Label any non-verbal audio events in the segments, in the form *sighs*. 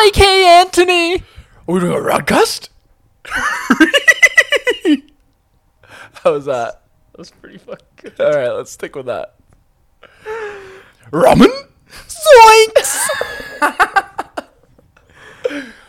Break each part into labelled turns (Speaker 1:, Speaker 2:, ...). Speaker 1: like, hey, Anthony.
Speaker 2: Are we doing a *laughs* broadcast?
Speaker 1: How was that? That was pretty fucking
Speaker 2: *laughs*
Speaker 1: good. All right, let's stick with that.
Speaker 2: Ramen?
Speaker 1: Zoinks!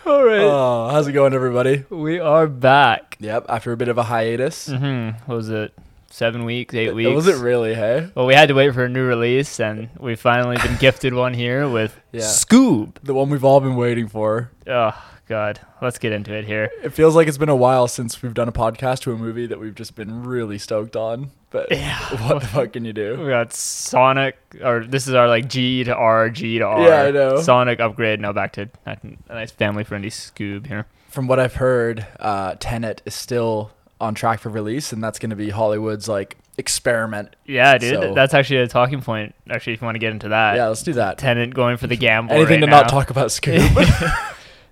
Speaker 1: All right.
Speaker 2: *laughs* Oh, how's it going, everybody?
Speaker 1: we are back.
Speaker 2: Yep, after a bit of a hiatus.
Speaker 1: Hmm, what was it? Seven weeks, eight
Speaker 2: It
Speaker 1: weeks?
Speaker 2: Was it really, hey?
Speaker 1: well, we had to wait for a new release, and we've finally been gifted one here with
Speaker 2: Yeah.
Speaker 1: Scoob.
Speaker 2: The one we've all been waiting for.
Speaker 1: Oh, God. Let's get into it here.
Speaker 2: It feels like it's been a while since we've done a podcast to a movie that we've just been really stoked on. But what the fuck can you do?
Speaker 1: *laughs* We got Sonic, or this is our like G to R, G to R.
Speaker 2: Yeah, I know.
Speaker 1: Sonic upgrade. Now back to a nice family friendly Scoob here.
Speaker 2: From what I've heard, uh, Tenet is still on track for release, and that's going to be Hollywood's like experiment.
Speaker 1: Yeah, dude,
Speaker 2: So-
Speaker 1: that's actually a talking point. Actually, if you want to get into that,
Speaker 2: yeah, let's do that.
Speaker 1: Tenant going for the gamble.
Speaker 2: Anything
Speaker 1: right
Speaker 2: to not
Speaker 1: now. *laughs*
Speaker 2: talk about Scoob.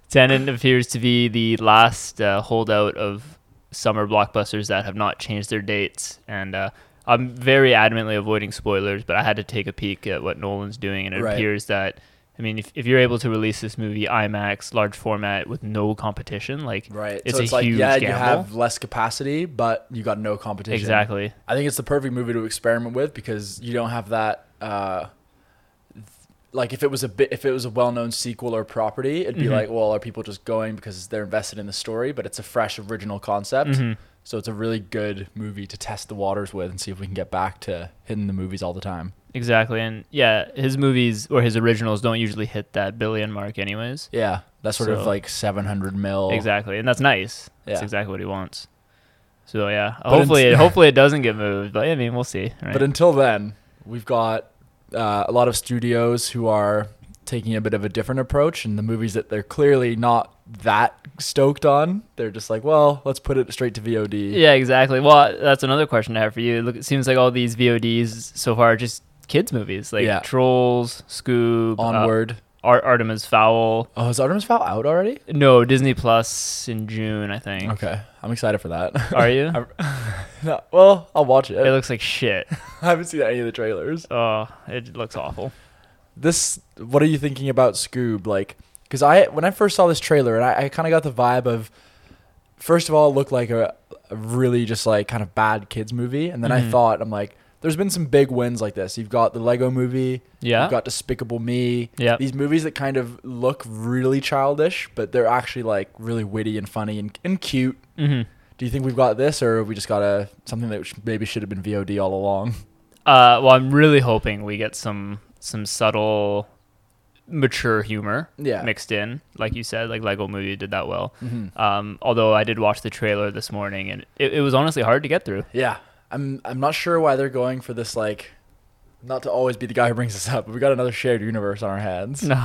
Speaker 1: Tenant appears to be the last uh, holdout of summer blockbusters that have not changed their dates, and uh, I'm very adamantly avoiding spoilers. But I had to take a peek at what Nolan's doing, and it
Speaker 2: Right.
Speaker 1: appears that. I mean, if, if you're able to release this movie IMAX, large format with no competition, like
Speaker 2: right.
Speaker 1: it's
Speaker 2: so
Speaker 1: a
Speaker 2: it's like,
Speaker 1: huge
Speaker 2: yeah,
Speaker 1: gamble.
Speaker 2: you have less capacity, but you got no competition.
Speaker 1: exactly.
Speaker 2: I think it's the perfect movie to experiment with because you don't have that. Uh, th- like if it was a bit, if it was a well-known sequel or property, it'd be
Speaker 1: Mhm.
Speaker 2: like, well, are people just going because they're invested in the story? But it's a fresh, original concept,
Speaker 1: Mhm.
Speaker 2: so it's a really good movie to test the waters with and see if we can get back to hitting the movies all the time.
Speaker 1: Exactly. And yeah, his movies or his originals don't usually hit that billion mark, anyways.
Speaker 2: Yeah, that's sort of
Speaker 1: So-
Speaker 2: like 700 mil.
Speaker 1: Exactly, and that's nice. That's
Speaker 2: Yeah.
Speaker 1: exactly what he wants. So yeah,
Speaker 2: in-
Speaker 1: hopefully,
Speaker 2: *laughs*
Speaker 1: it, hopefully it doesn't get moved. But I mean, we'll see. Right?
Speaker 2: But until then, we've got uh, a lot of studios who are taking a bit of a different approach, and the movies that they're clearly not that stoked on, they're just like, well, let's put it straight to VOD.
Speaker 1: yeah, exactly. Well, that's another question I have for you. Look, it seems like all these VODs so far are just kids movies, like
Speaker 2: Yeah.
Speaker 1: Trolls, Scoob, uh,
Speaker 2: Onward.
Speaker 1: Ar- Artemis Fowl.
Speaker 2: oh, is Artemis Fowl out already?
Speaker 1: No, Disney Plus in June, I think.
Speaker 2: Okay, I'm excited for that. *laughs*
Speaker 1: *laughs* Are you?
Speaker 2: No, well, I'll watch it.
Speaker 1: it looks like shit.
Speaker 2: *laughs* I haven't seen any of the trailers.
Speaker 1: Oh, it looks awful.
Speaker 2: This, what are you thinking about Scoob? Like, because I when I first saw this trailer, and I, I kind of got the vibe of, first of all, it looked like a, a really just like kind of bad kids movie, and then I
Speaker 1: Mhm.
Speaker 2: thought, I'm like, there's been some big wins like this. You've got the Lego Movie,
Speaker 1: Yeah.
Speaker 2: you've got Despicable Me,
Speaker 1: yeah.
Speaker 2: these movies that kind of look really childish, but they're actually like really witty and funny and, and cute.
Speaker 1: hmm
Speaker 2: Do you think we've got this, or have we just got a something that sh- maybe should have been VOD all along?
Speaker 1: Uh, well, I'm really hoping we get some some subtle, mature humor
Speaker 2: Yeah.
Speaker 1: mixed in, like you said. Like Lego Movie did that well.
Speaker 2: Mhm.
Speaker 1: Um, although I did watch the trailer this morning, and it, it was honestly hard to get through.
Speaker 2: Yeah, I'm. I'm not sure why they're going for this. Like, not to always be the guy who brings this up, but we got another shared universe on our hands. *laughs*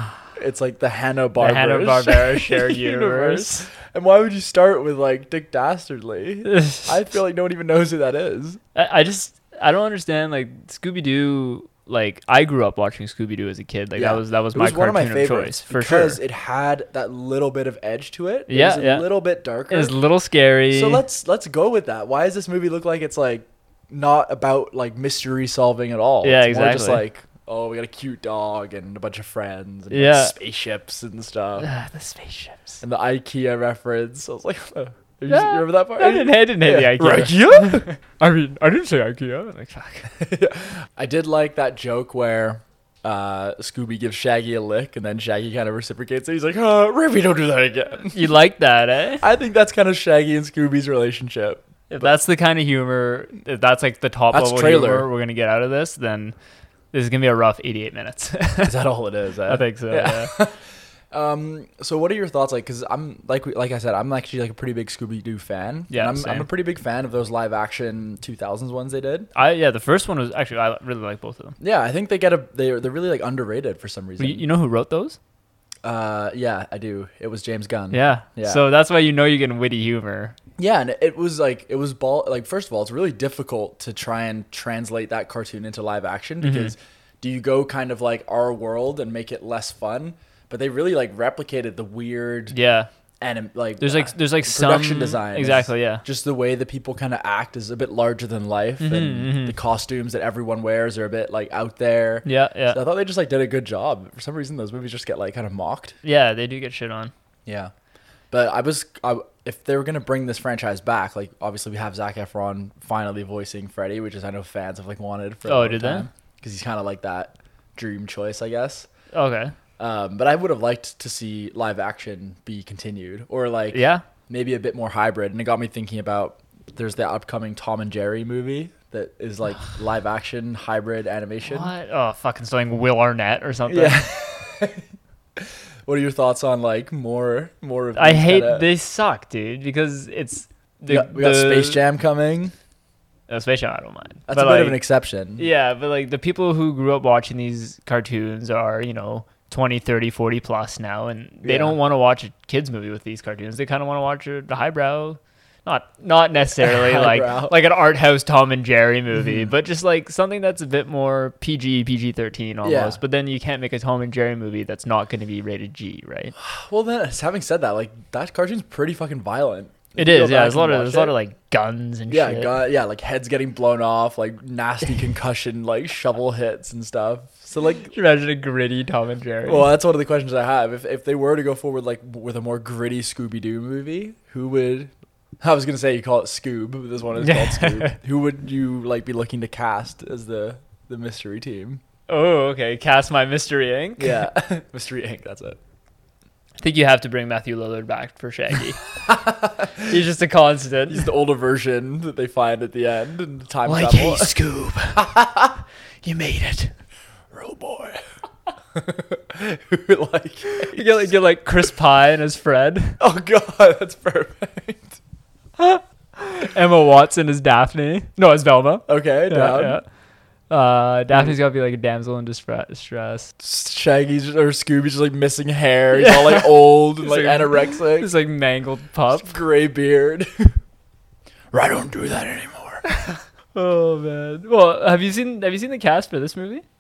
Speaker 2: It's like the Hanna
Speaker 1: the
Speaker 2: Barbera. *laughs*
Speaker 1: Hanna Barbera shared *laughs* universe.
Speaker 2: And why would you start with like Dick Dastardly? I feel like no one even knows who that is.
Speaker 1: I, I just I don't understand like Scooby Doo. Like I grew up watching Scooby Doo as a kid. Like
Speaker 2: Yeah.
Speaker 1: that was that was
Speaker 2: it
Speaker 1: my
Speaker 2: was one of
Speaker 1: cartoon
Speaker 2: my
Speaker 1: of,
Speaker 2: favorites
Speaker 1: choice for sure.
Speaker 2: because it had that little bit of edge to it. It
Speaker 1: Yeah,
Speaker 2: was a
Speaker 1: yeah.
Speaker 2: little bit darker.
Speaker 1: It was a little scary.
Speaker 2: So let's let's go with that. Why does this movie look like it's like not about like mystery solving at all?
Speaker 1: Yeah,
Speaker 2: it's More just
Speaker 1: exactly.
Speaker 2: like oh, we got a cute dog and a bunch of friends and like,
Speaker 1: Yeah.
Speaker 2: spaceships and stuff
Speaker 1: Ah, *sighs* the spaceships.
Speaker 2: and the IKEA reference. I was like, *laughs* have you
Speaker 1: Yeah.
Speaker 2: you remember that part?
Speaker 1: I didn't, I didn't hate
Speaker 2: Yeah.
Speaker 1: the IKEA.
Speaker 2: IKEA?
Speaker 1: *laughs* I mean, I didn't
Speaker 2: *laughs*
Speaker 1: say IKEA. Like fuck.
Speaker 2: I did like that joke where. Uh, Scooby gives Shaggy a lick, and then Shaggy kind of reciprocates it. He's like, "Uh, Ruby, don't do that again."
Speaker 1: You like that, eh?
Speaker 2: I think that's kind of Shaggy and Scooby's relationship.
Speaker 1: If that's the kind of humor, if that's like the top
Speaker 2: That's
Speaker 1: level
Speaker 2: trailer.
Speaker 1: humor we're gonna get out of this, then this is gonna be a rough 88 minutes. *laughs*
Speaker 2: Is that all it is? eh?
Speaker 1: I think so.
Speaker 2: Yeah.
Speaker 1: Yeah.
Speaker 2: Um, so what are your thoughts like? Because I'm like we- like I said, I'm actually like a pretty big Scooby Doo fan. and
Speaker 1: Yeah,
Speaker 2: I'm, I'm a
Speaker 1: same.
Speaker 2: pretty big fan of those live action 2000s ones they did.
Speaker 1: I yeah. The first one was actually I really like both of them.
Speaker 2: Yeah, I think they get a they are they're really like underrated for some
Speaker 1: You,
Speaker 2: reason.
Speaker 1: you know who wrote those?
Speaker 2: uh, yeah, I do. It was James Gunn.
Speaker 1: Yeah.
Speaker 2: Yeah.
Speaker 1: So that's why you know you're getting witty humor.
Speaker 2: yeah, and it was like it was ball like first of all, it's really difficult to try and translate that cartoon into live action
Speaker 1: Mm-hmm.
Speaker 2: because do you go kind of like our world and make it less fun? But they really like replicated the weird
Speaker 1: Yeah.
Speaker 2: anim like
Speaker 1: There's
Speaker 2: uh,
Speaker 1: like there's like some
Speaker 2: production design is
Speaker 1: Exactly, yeah.
Speaker 2: just the way that people kind of act is a bit larger than life, and
Speaker 1: Mhm, mhm.
Speaker 2: the costumes that everyone wears are a bit like out there.
Speaker 1: Yeah, yeah.
Speaker 2: So I thought they just like did a good job. For some reason, those movies just get like kind of mocked.
Speaker 1: yeah, they do get shit on.
Speaker 2: Yeah, but I was I, if they were gonna bring this franchise back, like obviously we have Zach Efron finally voicing Freddy, which is I know fans have like wanted for.
Speaker 1: Oh, did they?
Speaker 2: Because he's kind of like that dream choice, I guess.
Speaker 1: Okay.
Speaker 2: Um, but I would have liked to see live action be continued, or like
Speaker 1: Yeah.
Speaker 2: maybe a bit more hybrid. And it got me thinking about there's the upcoming Tom and Jerry movie that is like live action hybrid animation.
Speaker 1: What? Oh, fucking something Will Arnett or something.
Speaker 2: Yeah. *laughs* what are your thoughts on like more more of?
Speaker 1: *laughs* I
Speaker 2: these
Speaker 1: hate
Speaker 2: kinda-
Speaker 1: they suck, dude, because it's
Speaker 2: We got, we got Space Jam coming.
Speaker 1: Oh, Space Jam, I don't mind.
Speaker 2: That's
Speaker 1: But,
Speaker 2: a bit of
Speaker 1: like,
Speaker 2: an exception.
Speaker 1: Yeah, but like the people who grew up watching these cartoons are, you know, 20, 30, 40 plus now, and they
Speaker 2: Yeah.
Speaker 1: don't want to watch a kids movie with these cartoons. They kind of want to watch a, the highbrow, not not
Speaker 2: *laughs*
Speaker 1: necessarily
Speaker 2: Highbrow. Mm-hmm.
Speaker 1: like like an art house Tom and Jerry movie, but just like something that's a bit more PG PG thirteen almost.
Speaker 2: Yeah.
Speaker 1: But then you can't make a Tom and Jerry movie that's not going to be rated G,
Speaker 2: *sighs*
Speaker 1: right?
Speaker 2: Well, then, having said that, like that cartoon's pretty fucking violent.
Speaker 1: It
Speaker 2: You go
Speaker 1: is, yeah.
Speaker 2: back
Speaker 1: There's a lot
Speaker 2: and
Speaker 1: of
Speaker 2: watch
Speaker 1: there's a lot
Speaker 2: it.
Speaker 1: of like guns and
Speaker 2: Yeah,
Speaker 1: shit.
Speaker 2: gun, yeah, like heads getting blown off, like
Speaker 1: *laughs*
Speaker 2: nasty concussion, like shovel hits and stuff. So like
Speaker 1: Could you Imagine a gritty Tom and Jerry.
Speaker 2: Well, that's one of the questions I have. If if they were to go forward like with a more gritty Scooby Doo movie, who would? I was gonna say you call it Scoob, but this one is called
Speaker 1: *laughs*
Speaker 2: Scoob. Who would you like be looking to cast as the the mystery team?
Speaker 1: oh, okay. Cast my mystery ink.
Speaker 2: Yeah, *laughs* Mystery Inc. That's it.
Speaker 1: I think you have to bring Matthew Lillard back for *laughs* Shaggy. He's just a constant.
Speaker 2: He's the older version that they find at the end and time travel. *laughs*
Speaker 1: Scoob. *laughs* you made it.
Speaker 2: Oh boy. *laughs* Who would, like?
Speaker 1: You get, like, get like Chris Pine as *laughs* Fred,
Speaker 2: Oh god, that's perfect.
Speaker 1: Emma Watson as Daphne. No, as Velma.
Speaker 2: Okay,
Speaker 1: Yeah,
Speaker 2: down.
Speaker 1: yeah. Uh, Daphne's got to be like a damsel in distra- distress.
Speaker 2: Shaggy's or Scooby's just like missing hair. He's all like old and
Speaker 1: *laughs* He's
Speaker 2: like
Speaker 1: like-
Speaker 2: anorexic.
Speaker 1: This like mangled pup. *laughs*
Speaker 2: gray beard. I don't do that anymore.
Speaker 1: Oh man. Well, have you seen have you seen the cast for this movie?
Speaker 2: *laughs*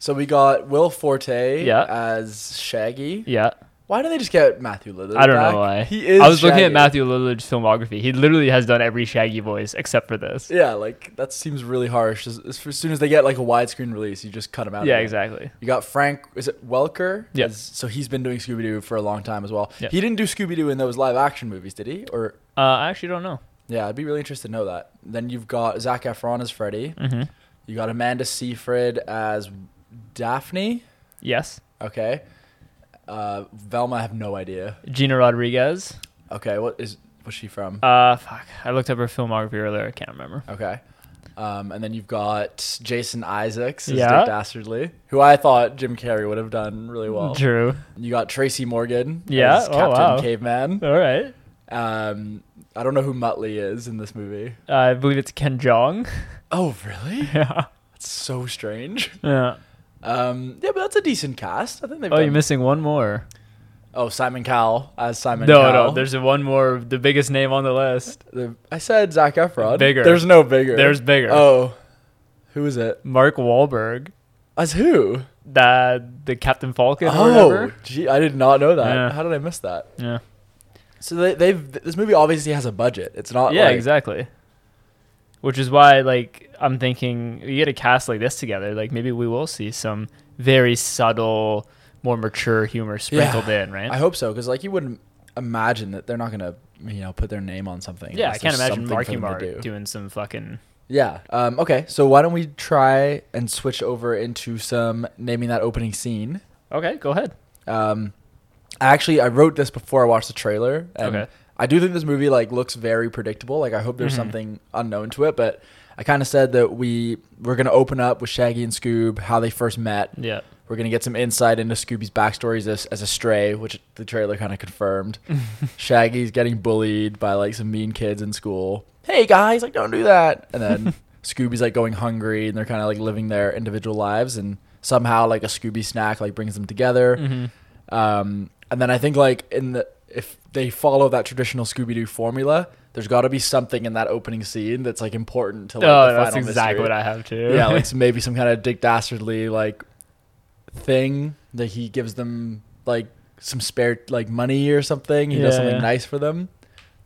Speaker 2: So we got Will Forte
Speaker 1: Yeah.
Speaker 2: as Shaggy.
Speaker 1: Yeah.
Speaker 2: Why don't they just get Matthew Lillard?
Speaker 1: I don't
Speaker 2: back?
Speaker 1: know why.
Speaker 2: He is.
Speaker 1: I was looking at
Speaker 2: Shaggy.
Speaker 1: Matthew Lillard's filmography. He literally has done every Shaggy voice except for this.
Speaker 2: Yeah, like that seems really harsh. As, as, as soon as they get like a widescreen release, you just cut him out.
Speaker 1: Yeah,
Speaker 2: again.
Speaker 1: exactly.
Speaker 2: You got Frank. Is it Welker?
Speaker 1: Yeah.
Speaker 2: As- So he's been doing Scooby Doo for a long time as well.
Speaker 1: Yeah.
Speaker 2: He didn't do Scooby Doo in those live action movies, did he? Or
Speaker 1: Uh, I actually don't know.
Speaker 2: yeah, I'd be really interested to know that. Then you've got Zach Efron as Freddy.
Speaker 1: Mm-hmm.
Speaker 2: You got Amanda Seyfried as Daphne.
Speaker 1: Yes.
Speaker 2: Okay. Uh, Velma, I have no idea.
Speaker 1: Gina Rodriguez.
Speaker 2: Okay, what is was she from?
Speaker 1: Uh, fuck. I looked up her filmography earlier. I can't remember.
Speaker 2: Okay. Um, and then you've got Jason Isaacs as
Speaker 1: Yeah.
Speaker 2: Dick Dastardly, who I thought Jim Carrey would have done really well.
Speaker 1: True.
Speaker 2: You got Tracy Morgan
Speaker 1: Yeah,
Speaker 2: as
Speaker 1: oh,
Speaker 2: Captain
Speaker 1: wow.
Speaker 2: Caveman.
Speaker 1: All right.
Speaker 2: Um, I don't know who Muttley is in this movie.
Speaker 1: I believe it's Ken Jong.
Speaker 2: Oh, really?
Speaker 1: *laughs* yeah.
Speaker 2: That's so strange.
Speaker 1: Yeah.
Speaker 2: Um, yeah, but that's a decent cast. I think they've
Speaker 1: Oh,
Speaker 2: done-
Speaker 1: you're missing one more.
Speaker 2: Oh, Simon Cowell as Simon
Speaker 1: no,
Speaker 2: Cowell.
Speaker 1: no. There's one more. The biggest name on the list.
Speaker 2: The- I said Zach Efron.
Speaker 1: Bigger.
Speaker 2: There's no bigger.
Speaker 1: There's bigger.
Speaker 2: Oh, who is it?
Speaker 1: Mark Wahlberg.
Speaker 2: As who?
Speaker 1: The the Captain Falcon or
Speaker 2: Oh,
Speaker 1: whatever.
Speaker 2: gee, I did not know that.
Speaker 1: Yeah.
Speaker 2: How did I miss that?
Speaker 1: Yeah.
Speaker 2: So they, they've this movie obviously has a budget. It's not
Speaker 1: yeah.
Speaker 2: like-
Speaker 1: exactly. Which is why, like, I'm thinking you get a cast like this together. Like, maybe we will see some very subtle, more mature humor sprinkled in, right?
Speaker 2: I hope so because like you wouldn't imagine that they're not gonna you know put their name on something.
Speaker 1: Yeah, I
Speaker 2: unless
Speaker 1: can't
Speaker 2: there's
Speaker 1: imagine
Speaker 2: something
Speaker 1: Marky
Speaker 2: for them
Speaker 1: Mark
Speaker 2: to do.
Speaker 1: doing some fucking.
Speaker 2: Yeah. Um, okay. So why don't we try and switch over into some naming that opening scene?
Speaker 1: Okay, go ahead.
Speaker 2: Um, I actually I wrote this before I watched the trailer, and
Speaker 1: Okay.
Speaker 2: I do think this movie like looks very predictable. Like I hope there's
Speaker 1: Mhm.
Speaker 2: something unknown to it, but I kind of said that we we're gonna open up with Shaggy and Scoob, how they first met.
Speaker 1: Yeah.
Speaker 2: We're gonna get some insight into Scooby's backstory as, as a stray, which the trailer kind of confirmed. Shaggy's getting bullied by like some mean kids in school. Hey guys, like don't do that. And then Scooby's like going hungry, and they're kind of like living their individual lives, and somehow like a Scooby snack like brings them together.
Speaker 1: Mm-hmm.
Speaker 2: *laughs* Um, and then I think like in the if they follow that traditional Scooby Doo formula, there's got to be something in that opening scene that's like important to like
Speaker 1: oh,
Speaker 2: the final
Speaker 1: that's exactly
Speaker 2: mystery.
Speaker 1: what I have too.
Speaker 2: yeah, like maybe some kind of Dick Dastardly like thing that he gives them like some spare like money or something. He does
Speaker 1: Yeah,
Speaker 2: something
Speaker 1: yeah.
Speaker 2: nice for them.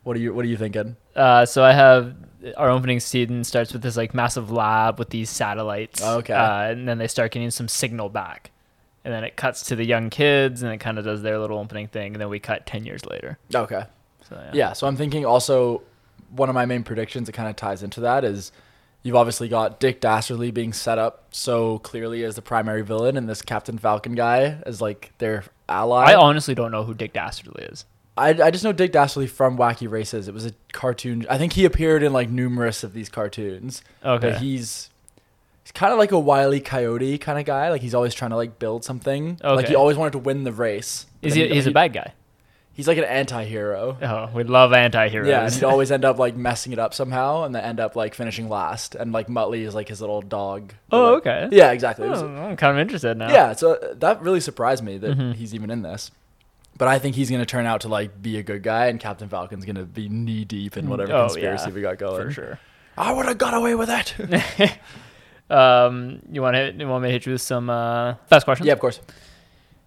Speaker 2: What are you What are you thinking?
Speaker 1: *laughs* Uh, so I have our opening season starts with this like massive lab with these satellites.
Speaker 2: Oh, Okay.
Speaker 1: Uh, and then they start getting some signal back, and then it cuts to the young kids, and it kind of does their little opening thing, and then we cut ten years later.
Speaker 2: Okay.
Speaker 1: So yeah.
Speaker 2: Yeah. So I'm thinking also one of my main predictions that kind of ties into that is you've obviously got Dick Dastardly being set up so clearly as the primary villain and this Captain Falcon guy as like their ally.
Speaker 1: I honestly don't know who Dick Dastardly is.
Speaker 2: I, I just know Dick Dastardly from Wacky Races. It was a cartoon. I think he appeared in like numerous of these cartoons.
Speaker 1: Okay.
Speaker 2: But he's he's kind of like a wily coyote kind of guy. Like he's always trying to like build something. Like
Speaker 1: Okay.
Speaker 2: he always wanted to win the race. but
Speaker 1: is
Speaker 2: then
Speaker 1: he? He's a bad guy.
Speaker 2: He's like an anti-hero.
Speaker 1: Oh, we love anti-heroes.
Speaker 2: Yeah,
Speaker 1: *laughs*
Speaker 2: and he'd always end up like messing it up somehow, and then end up like finishing last. And like Muttley is like his little dog.
Speaker 1: Oh,
Speaker 2: Like-
Speaker 1: okay.
Speaker 2: Yeah, exactly. It was-
Speaker 1: Oh, Mm-hmm. I'm kind of interested now.
Speaker 2: yeah, so uh, that really surprised me that he's even in this. But I think he's going to turn out to like be a good guy, and Captain Falcon's going to be knee deep in whatever
Speaker 1: Oh,
Speaker 2: conspiracy
Speaker 1: yeah,
Speaker 2: we got going.
Speaker 1: for sure.
Speaker 2: I would have got away with it. *laughs*
Speaker 1: *laughs* Um, you want to? You want me to hit you with some uh, fast questions?
Speaker 2: yeah, of course.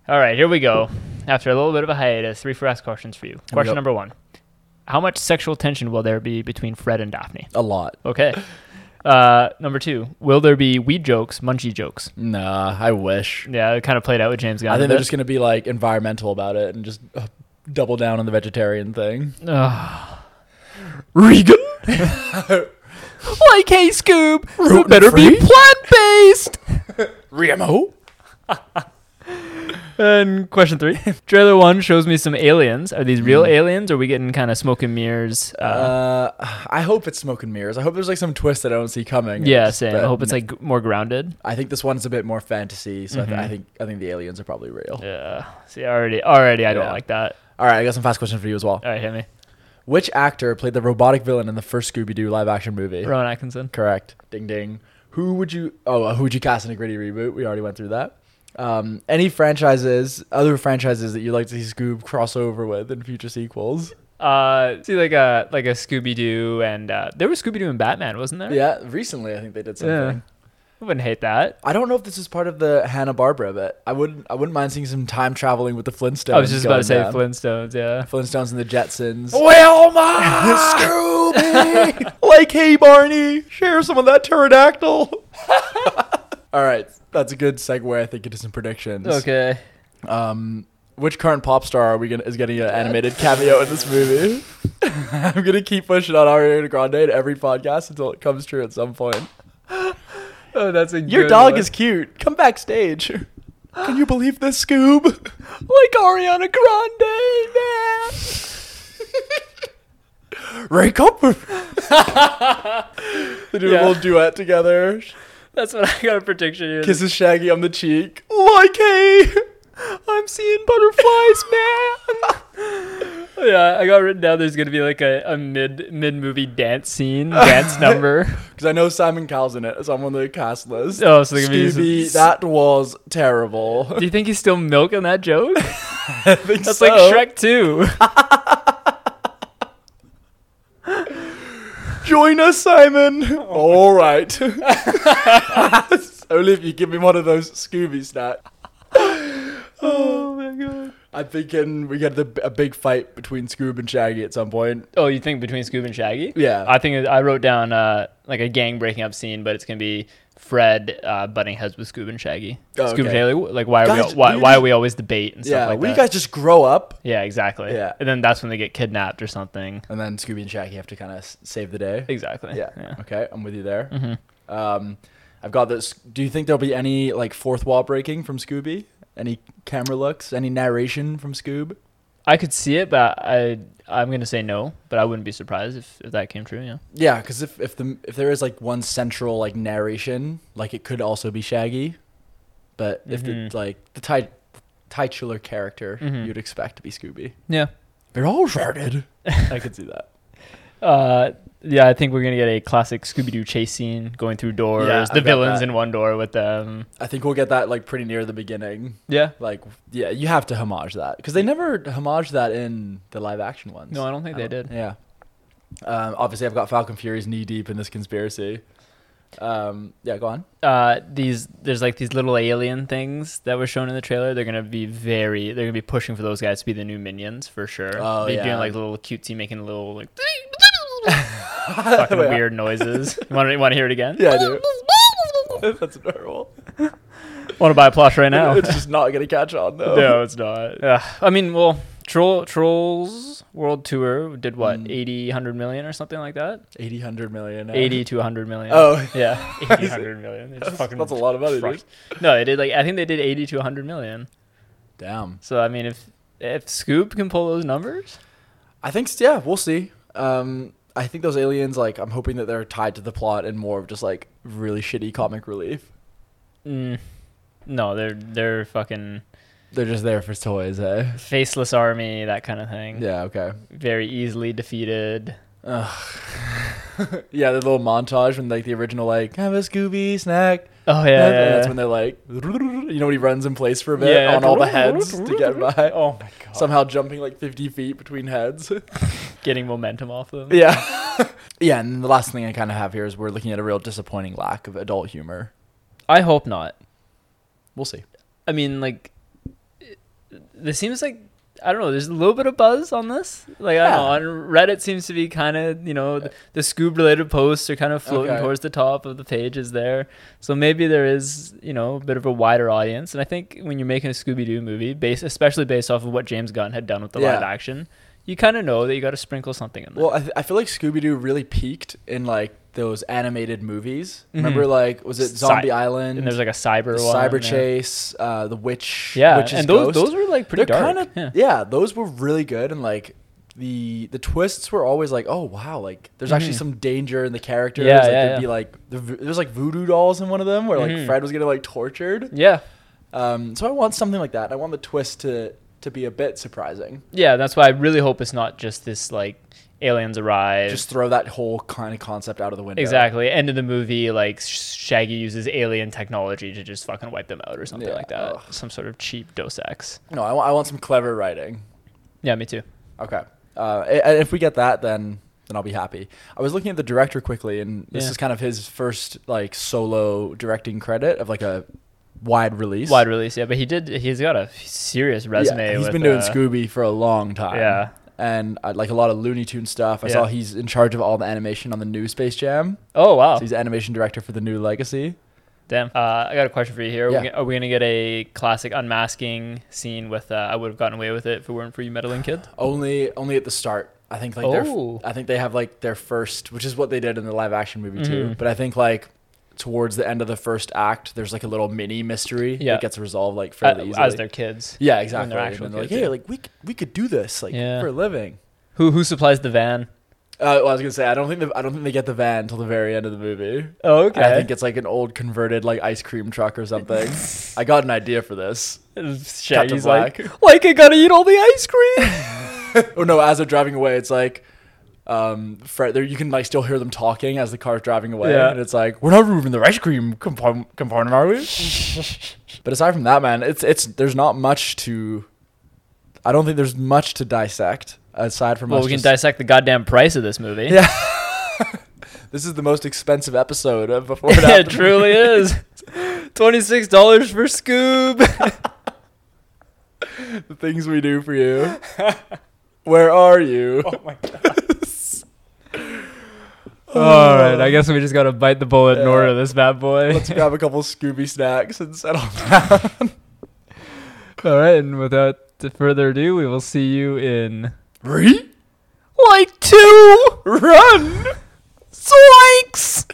Speaker 1: All right, here we go. After a little bit of a hiatus, three fast questions for you.
Speaker 2: we
Speaker 1: Question
Speaker 2: go.
Speaker 1: number one: How much sexual tension will there be between Fred and Daphne?
Speaker 2: A lot.
Speaker 1: Okay. *laughs* Uh, number two: Will there be weed jokes, munchie jokes?
Speaker 2: Nah, I wish.
Speaker 1: Yeah, it kind of played out with James Gunn.
Speaker 2: I
Speaker 1: a
Speaker 2: think they're
Speaker 1: bit.
Speaker 2: just going to be like environmental about it and just uh, double down on the vegetarian thing.
Speaker 1: Ugh.
Speaker 2: Regan, *laughs*
Speaker 1: like, hey, Scoob, you
Speaker 2: Rootin'
Speaker 1: better be
Speaker 2: free?
Speaker 1: plant based.
Speaker 2: Remo.
Speaker 1: And question three: *laughs* Trailer one shows me some aliens. Are these real aliens? Or are we getting kind of smoke and mirrors? Uh,
Speaker 2: Uh, I hope it's smoke and mirrors. I hope there's like some twist that I don't see coming.
Speaker 1: yeah,
Speaker 2: It's-
Speaker 1: same. I
Speaker 2: but
Speaker 1: hope it's
Speaker 2: no.
Speaker 1: like g- more grounded.
Speaker 2: I think this one's a bit more fantasy, so I, th-
Speaker 1: Mhm.
Speaker 2: I think I think the aliens are probably
Speaker 1: Oh.
Speaker 2: real.
Speaker 1: Yeah. See, already, already, I don't
Speaker 2: Yeah.
Speaker 1: like that.
Speaker 2: All right, I got some fast questions for you as well.
Speaker 1: All right, hit me.
Speaker 2: Which actor played the robotic villain in the first Scooby Doo live action movie?
Speaker 1: Rowan Atkinson.
Speaker 2: Correct. Ding ding. Who would you? Oh, uh, who would you cast in a gritty reboot? We already went through that. Um, any franchises, other franchises that you'd like to see Scoob crossover with in future sequels?
Speaker 1: Uh, see, like a like a Scooby Doo, and uh, there was Scooby Doo and Batman, wasn't there?
Speaker 2: Yeah, recently I think they did something.
Speaker 1: I wouldn't hate that.
Speaker 2: I don't know if this is part of the Hanna Barbera, but I wouldn't I wouldn't mind seeing some time traveling with the Flintstones.
Speaker 1: I was just about to say
Speaker 2: going down.
Speaker 1: Flintstones. *laughs* Yeah.
Speaker 2: Flintstones and the Jetsons. *laughs*
Speaker 1: *laughs* Wilma. *laughs*
Speaker 2: Scooby! like, hey, Barney, share some of that pterodactyl. *laughs* All right, that's a good segue, I think, into some predictions.
Speaker 1: okay.
Speaker 2: Um, which current pop star are we gonna, is getting an animated cameo in this movie? *laughs* I'm going to keep pushing on Ariana Grande at every podcast until it comes true at some point.
Speaker 1: Oh, that's a
Speaker 2: Your
Speaker 1: good
Speaker 2: dog
Speaker 1: one.
Speaker 2: is cute. Come backstage. *gasps* Can you believe this, Scoob? *laughs* like Ariana *laughs* Grande, man. Rank up. they do a
Speaker 1: Yeah.
Speaker 2: little duet together.
Speaker 1: *laughs* That's what I got a prediction here.
Speaker 2: Kisses Shaggy on the cheek. Like, hey, I'm seeing butterflies, *laughs* man.
Speaker 1: *laughs* Yeah, I got written down. There's gonna be like a, a mid mid movie dance scene,
Speaker 2: *laughs*
Speaker 1: dance number.
Speaker 2: Because I know Simon Cowell's in it, so I'm on the cast list.
Speaker 1: Oh, so they're gonna be some-
Speaker 2: Scooby, that was terrible.
Speaker 1: Do you think he's still milking that joke?
Speaker 2: *laughs* I think
Speaker 1: That's
Speaker 2: so.
Speaker 1: like
Speaker 2: *laughs*
Speaker 1: Shrek Two. *laughs*
Speaker 2: Join us, Simon. All *laughs* right. Only if you give me one of those Scooby stat.
Speaker 1: oh my god.
Speaker 2: I'm thinking we get the, a big fight between Scoob and Shaggy at some point.
Speaker 1: Oh, you think between Scoob and Shaggy?
Speaker 2: Yeah.
Speaker 1: I think it- I wrote down uh, like a gang breaking up scene, but it's gonna be Fred uh, butting heads with Scoob and Shaggy.
Speaker 2: Oh,
Speaker 1: Scoob and
Speaker 2: okay.
Speaker 1: Shaggy, like, like why are
Speaker 2: Guys,
Speaker 1: we why,
Speaker 2: will you
Speaker 1: why
Speaker 2: just-
Speaker 1: are we always the bait and
Speaker 2: yeah,
Speaker 1: stuff like
Speaker 2: will
Speaker 1: that?
Speaker 2: you guys just grow up?
Speaker 1: yeah, exactly.
Speaker 2: Yeah.
Speaker 1: and then that's when they get kidnapped or something.
Speaker 2: And then Scooby and Shaggy have to kind of save the day.
Speaker 1: Exactly.
Speaker 2: Yeah.
Speaker 1: yeah.
Speaker 2: Okay, I'm with you there. Um, I've got this. Do you think there'll be any like fourth wall breaking from Scooby? Any camera looks? Any narration from Scoob?
Speaker 1: I could see it, but I I'm gonna say no. But I wouldn't be surprised if, if that came true. Yeah.
Speaker 2: Yeah, because if if the if there is like one central like narration, like it could also be Shaggy, but if
Speaker 1: Mhm.
Speaker 2: the like the ti- titular character
Speaker 1: Mhm.
Speaker 2: you'd expect to be Scooby,
Speaker 1: Yeah.
Speaker 2: they're all shredded.
Speaker 1: *laughs*
Speaker 2: I could see that.
Speaker 1: Uh, yeah, I think we're gonna get a classic Scooby Doo chase scene going through doors.
Speaker 2: Yeah, I've
Speaker 1: the
Speaker 2: got
Speaker 1: villains
Speaker 2: that.
Speaker 1: in one door with them.
Speaker 2: I think we'll get that like pretty near the beginning.
Speaker 1: Yeah.
Speaker 2: Like, yeah, you have to homage that because they never homage that in the live action ones. Um,
Speaker 1: No, I don't think they did.
Speaker 2: Yeah. Um, obviously, I've got Falcon Fury's knee deep in this conspiracy. Um, yeah, go on. *laughs*
Speaker 1: uh, these there's like these little alien things that were shown in the trailer. They're gonna be very they're gonna be pushing for those guys to be the new minions for sure.
Speaker 2: Oh,
Speaker 1: They're
Speaker 2: yeah.
Speaker 1: doing like little cutesy, making little *laughs* like fucking weird noises. You want to want to hear it again?
Speaker 2: *laughs* Yeah, I do. *laughs* That's adorable.
Speaker 1: Want to buy a plush right *laughs* now?
Speaker 2: It's just not gonna catch on though.
Speaker 1: no, it's not. Uh, I mean, well, Troll Trolls World Tour did what
Speaker 2: Mm.
Speaker 1: eighty, hundred million 80, 100 million or something like that.
Speaker 2: Eighty hundred million. uh,
Speaker 1: Eighty to hundred million.
Speaker 2: Oh.
Speaker 1: *laughs*
Speaker 2: *laughs*
Speaker 1: yeah, eighty hundred million. They just
Speaker 2: That's,
Speaker 1: fucking
Speaker 2: that's a lot of money.
Speaker 1: crushed-
Speaker 2: Dude.
Speaker 1: No, they did like I think they did eighty to hundred million.
Speaker 2: Damn.
Speaker 1: So I mean, if if Scoop can pull those numbers,
Speaker 2: I think s- yeah, we'll see. Um, I think those aliens like I'm hoping that they're tied to the plot and more of just like really shitty comic relief.
Speaker 1: mm, no, they're they're fucking
Speaker 2: They're just there for toys, eh?
Speaker 1: faceless army, that kind of thing.
Speaker 2: Yeah. Okay.
Speaker 1: Very easily defeated.
Speaker 2: Ugh. *laughs* yeah, the little montage when like the original like have a Scooby snack.
Speaker 1: Oh yeah,
Speaker 2: Yeah,
Speaker 1: yeah, yeah.
Speaker 2: that's when they're like, you know, when he runs in place for a bit
Speaker 1: Yeah.
Speaker 2: on all the heads to get
Speaker 1: *laughs*
Speaker 2: by.
Speaker 1: Oh my god,
Speaker 2: Somehow jumping like 50 feet between heads.
Speaker 1: getting momentum off them.
Speaker 2: yeah. *laughs* yeah, and the last thing I kind of have here is we're looking at a real disappointing lack of adult humor.
Speaker 1: I hope not.
Speaker 2: We'll see.
Speaker 1: I mean, like, it- this seems like I don't know. There's a little bit of buzz on this. Like I
Speaker 2: Yeah.
Speaker 1: don't know. On Reddit seems to be kind of you know the, the Scoob related posts are kind of floating
Speaker 2: Okay.
Speaker 1: towards the top of the pages there. So maybe there is you know a bit of a wider audience. And I think when you're making a Scooby Doo movie, based especially based off of what James Gunn had done with the
Speaker 2: Yeah.
Speaker 1: live action, you kind of know that you got to sprinkle something in there.
Speaker 2: Well, I, th- I feel like Scooby Doo really peaked in like those animated movies. Remember,
Speaker 1: Mhm.
Speaker 2: like, was it
Speaker 1: Sci-
Speaker 2: Zombie Island?
Speaker 1: and there's like a cyber
Speaker 2: the
Speaker 1: one,
Speaker 2: Cyber
Speaker 1: yeah.
Speaker 2: Chase, uh, the Witch.
Speaker 1: Yeah,
Speaker 2: Witch's
Speaker 1: and
Speaker 2: Ghost.
Speaker 1: those those were like pretty
Speaker 2: They're
Speaker 1: dark.
Speaker 2: kinda-
Speaker 1: yeah.
Speaker 2: yeah. those were really good, and like the the twists were always like, oh wow, like there's actually
Speaker 1: Mhm.
Speaker 2: some danger in the characters.
Speaker 1: Yeah,
Speaker 2: like,
Speaker 1: yeah,
Speaker 2: there'd
Speaker 1: yeah.
Speaker 2: be like the, vo- there's like voodoo dolls in one of them where like
Speaker 1: Mhm.
Speaker 2: Fred was getting like tortured.
Speaker 1: yeah.
Speaker 2: Um, so I want something like that. I want the twist to to be a bit surprising.
Speaker 1: Yeah, that's why I really hope it's not just this like aliens arrive.
Speaker 2: Just throw that whole kind of concept out of the window.
Speaker 1: exactly. End of the movie, like Sh- Shaggy uses alien technology to just fucking wipe them out or something
Speaker 2: Yeah,
Speaker 1: like that.
Speaker 2: ugh.
Speaker 1: Some sort of cheap Dos Ex.
Speaker 2: No, I wa- I want some clever writing.
Speaker 1: Yeah, me too.
Speaker 2: Okay. Uh, a- and if we get that, then then I'll be happy. I was looking at the director quickly, and this
Speaker 1: Yeah.
Speaker 2: is kind of his first like solo directing credit of like a wide release.
Speaker 1: Wide release, yeah, but he did. He's got a serious resume.
Speaker 2: Yeah,
Speaker 1: He's
Speaker 2: he's been doing Scooby for a long time.
Speaker 1: Yeah.
Speaker 2: And I, like a lot of Looney Tune stuff. I
Speaker 1: Yeah.
Speaker 2: saw he's in charge of all the animation on the new Space Jam.
Speaker 1: Oh wow,
Speaker 2: So he's animation director for the new Legacy.
Speaker 1: damn. Uh, I got a question for you here. Are,
Speaker 2: Yeah.
Speaker 1: we, gonna- are we gonna get a classic unmasking scene with? Uh, I would have gotten away with it if it weren't for you meddling kid.
Speaker 2: Only only at the start. I think like
Speaker 1: Oh.
Speaker 2: their, I think they have like their first, which is what they did in the live action movie too.
Speaker 1: Mhm.
Speaker 2: But I think like towards the end of the first act, there's like a little mini mystery
Speaker 1: Yeah.
Speaker 2: that gets resolved like fairly
Speaker 1: Uh,
Speaker 2: easily.
Speaker 1: as their kids.
Speaker 2: yeah, exactly.
Speaker 1: they're
Speaker 2: And
Speaker 1: actual
Speaker 2: they're like,
Speaker 1: kids,
Speaker 2: hey,
Speaker 1: yeah.
Speaker 2: like we c- we could do this like
Speaker 1: Yeah.
Speaker 2: for a living.
Speaker 1: Who who supplies the van?
Speaker 2: Uh, well, I was gonna say I don't think the, I don't think they get the van until the very end of the movie.
Speaker 1: Oh, okay.
Speaker 2: I think it's like an old converted like ice cream truck or
Speaker 1: *laughs*
Speaker 2: something. I got an idea for this.
Speaker 1: Shaggy's like, like I gotta eat all the ice *laughs* cream.
Speaker 2: Oh no! As they're driving away, it's like, um, Fred. There, you can like still hear them talking as the car's driving away,
Speaker 1: Yeah.
Speaker 2: and it's like, we're not removing the ice cream compon- component, are
Speaker 1: *laughs*
Speaker 2: we? but aside from that, man, it's it's there's not much to. I don't think there's much to dissect aside from.
Speaker 1: well,
Speaker 2: us
Speaker 1: we can
Speaker 2: just-
Speaker 1: dissect the goddamn price of this movie. *laughs*
Speaker 2: Yeah. This is the most expensive episode
Speaker 1: *laughs*
Speaker 2: of before. and
Speaker 1: it
Speaker 2: After.
Speaker 1: *laughs* truly is. Twenty six dollars for *laughs* Scoob.
Speaker 2: The things we do for you. Where are
Speaker 1: *laughs*
Speaker 2: you?
Speaker 1: oh my god. All right, I guess we just gotta bite the bullet in
Speaker 2: Yeah.
Speaker 1: order this bad boy. *laughs*
Speaker 2: Let's grab a couple Scooby snacks and settle.
Speaker 1: All right, and without further ado, we will see you in
Speaker 2: Re
Speaker 1: like two.
Speaker 2: run, zoinks.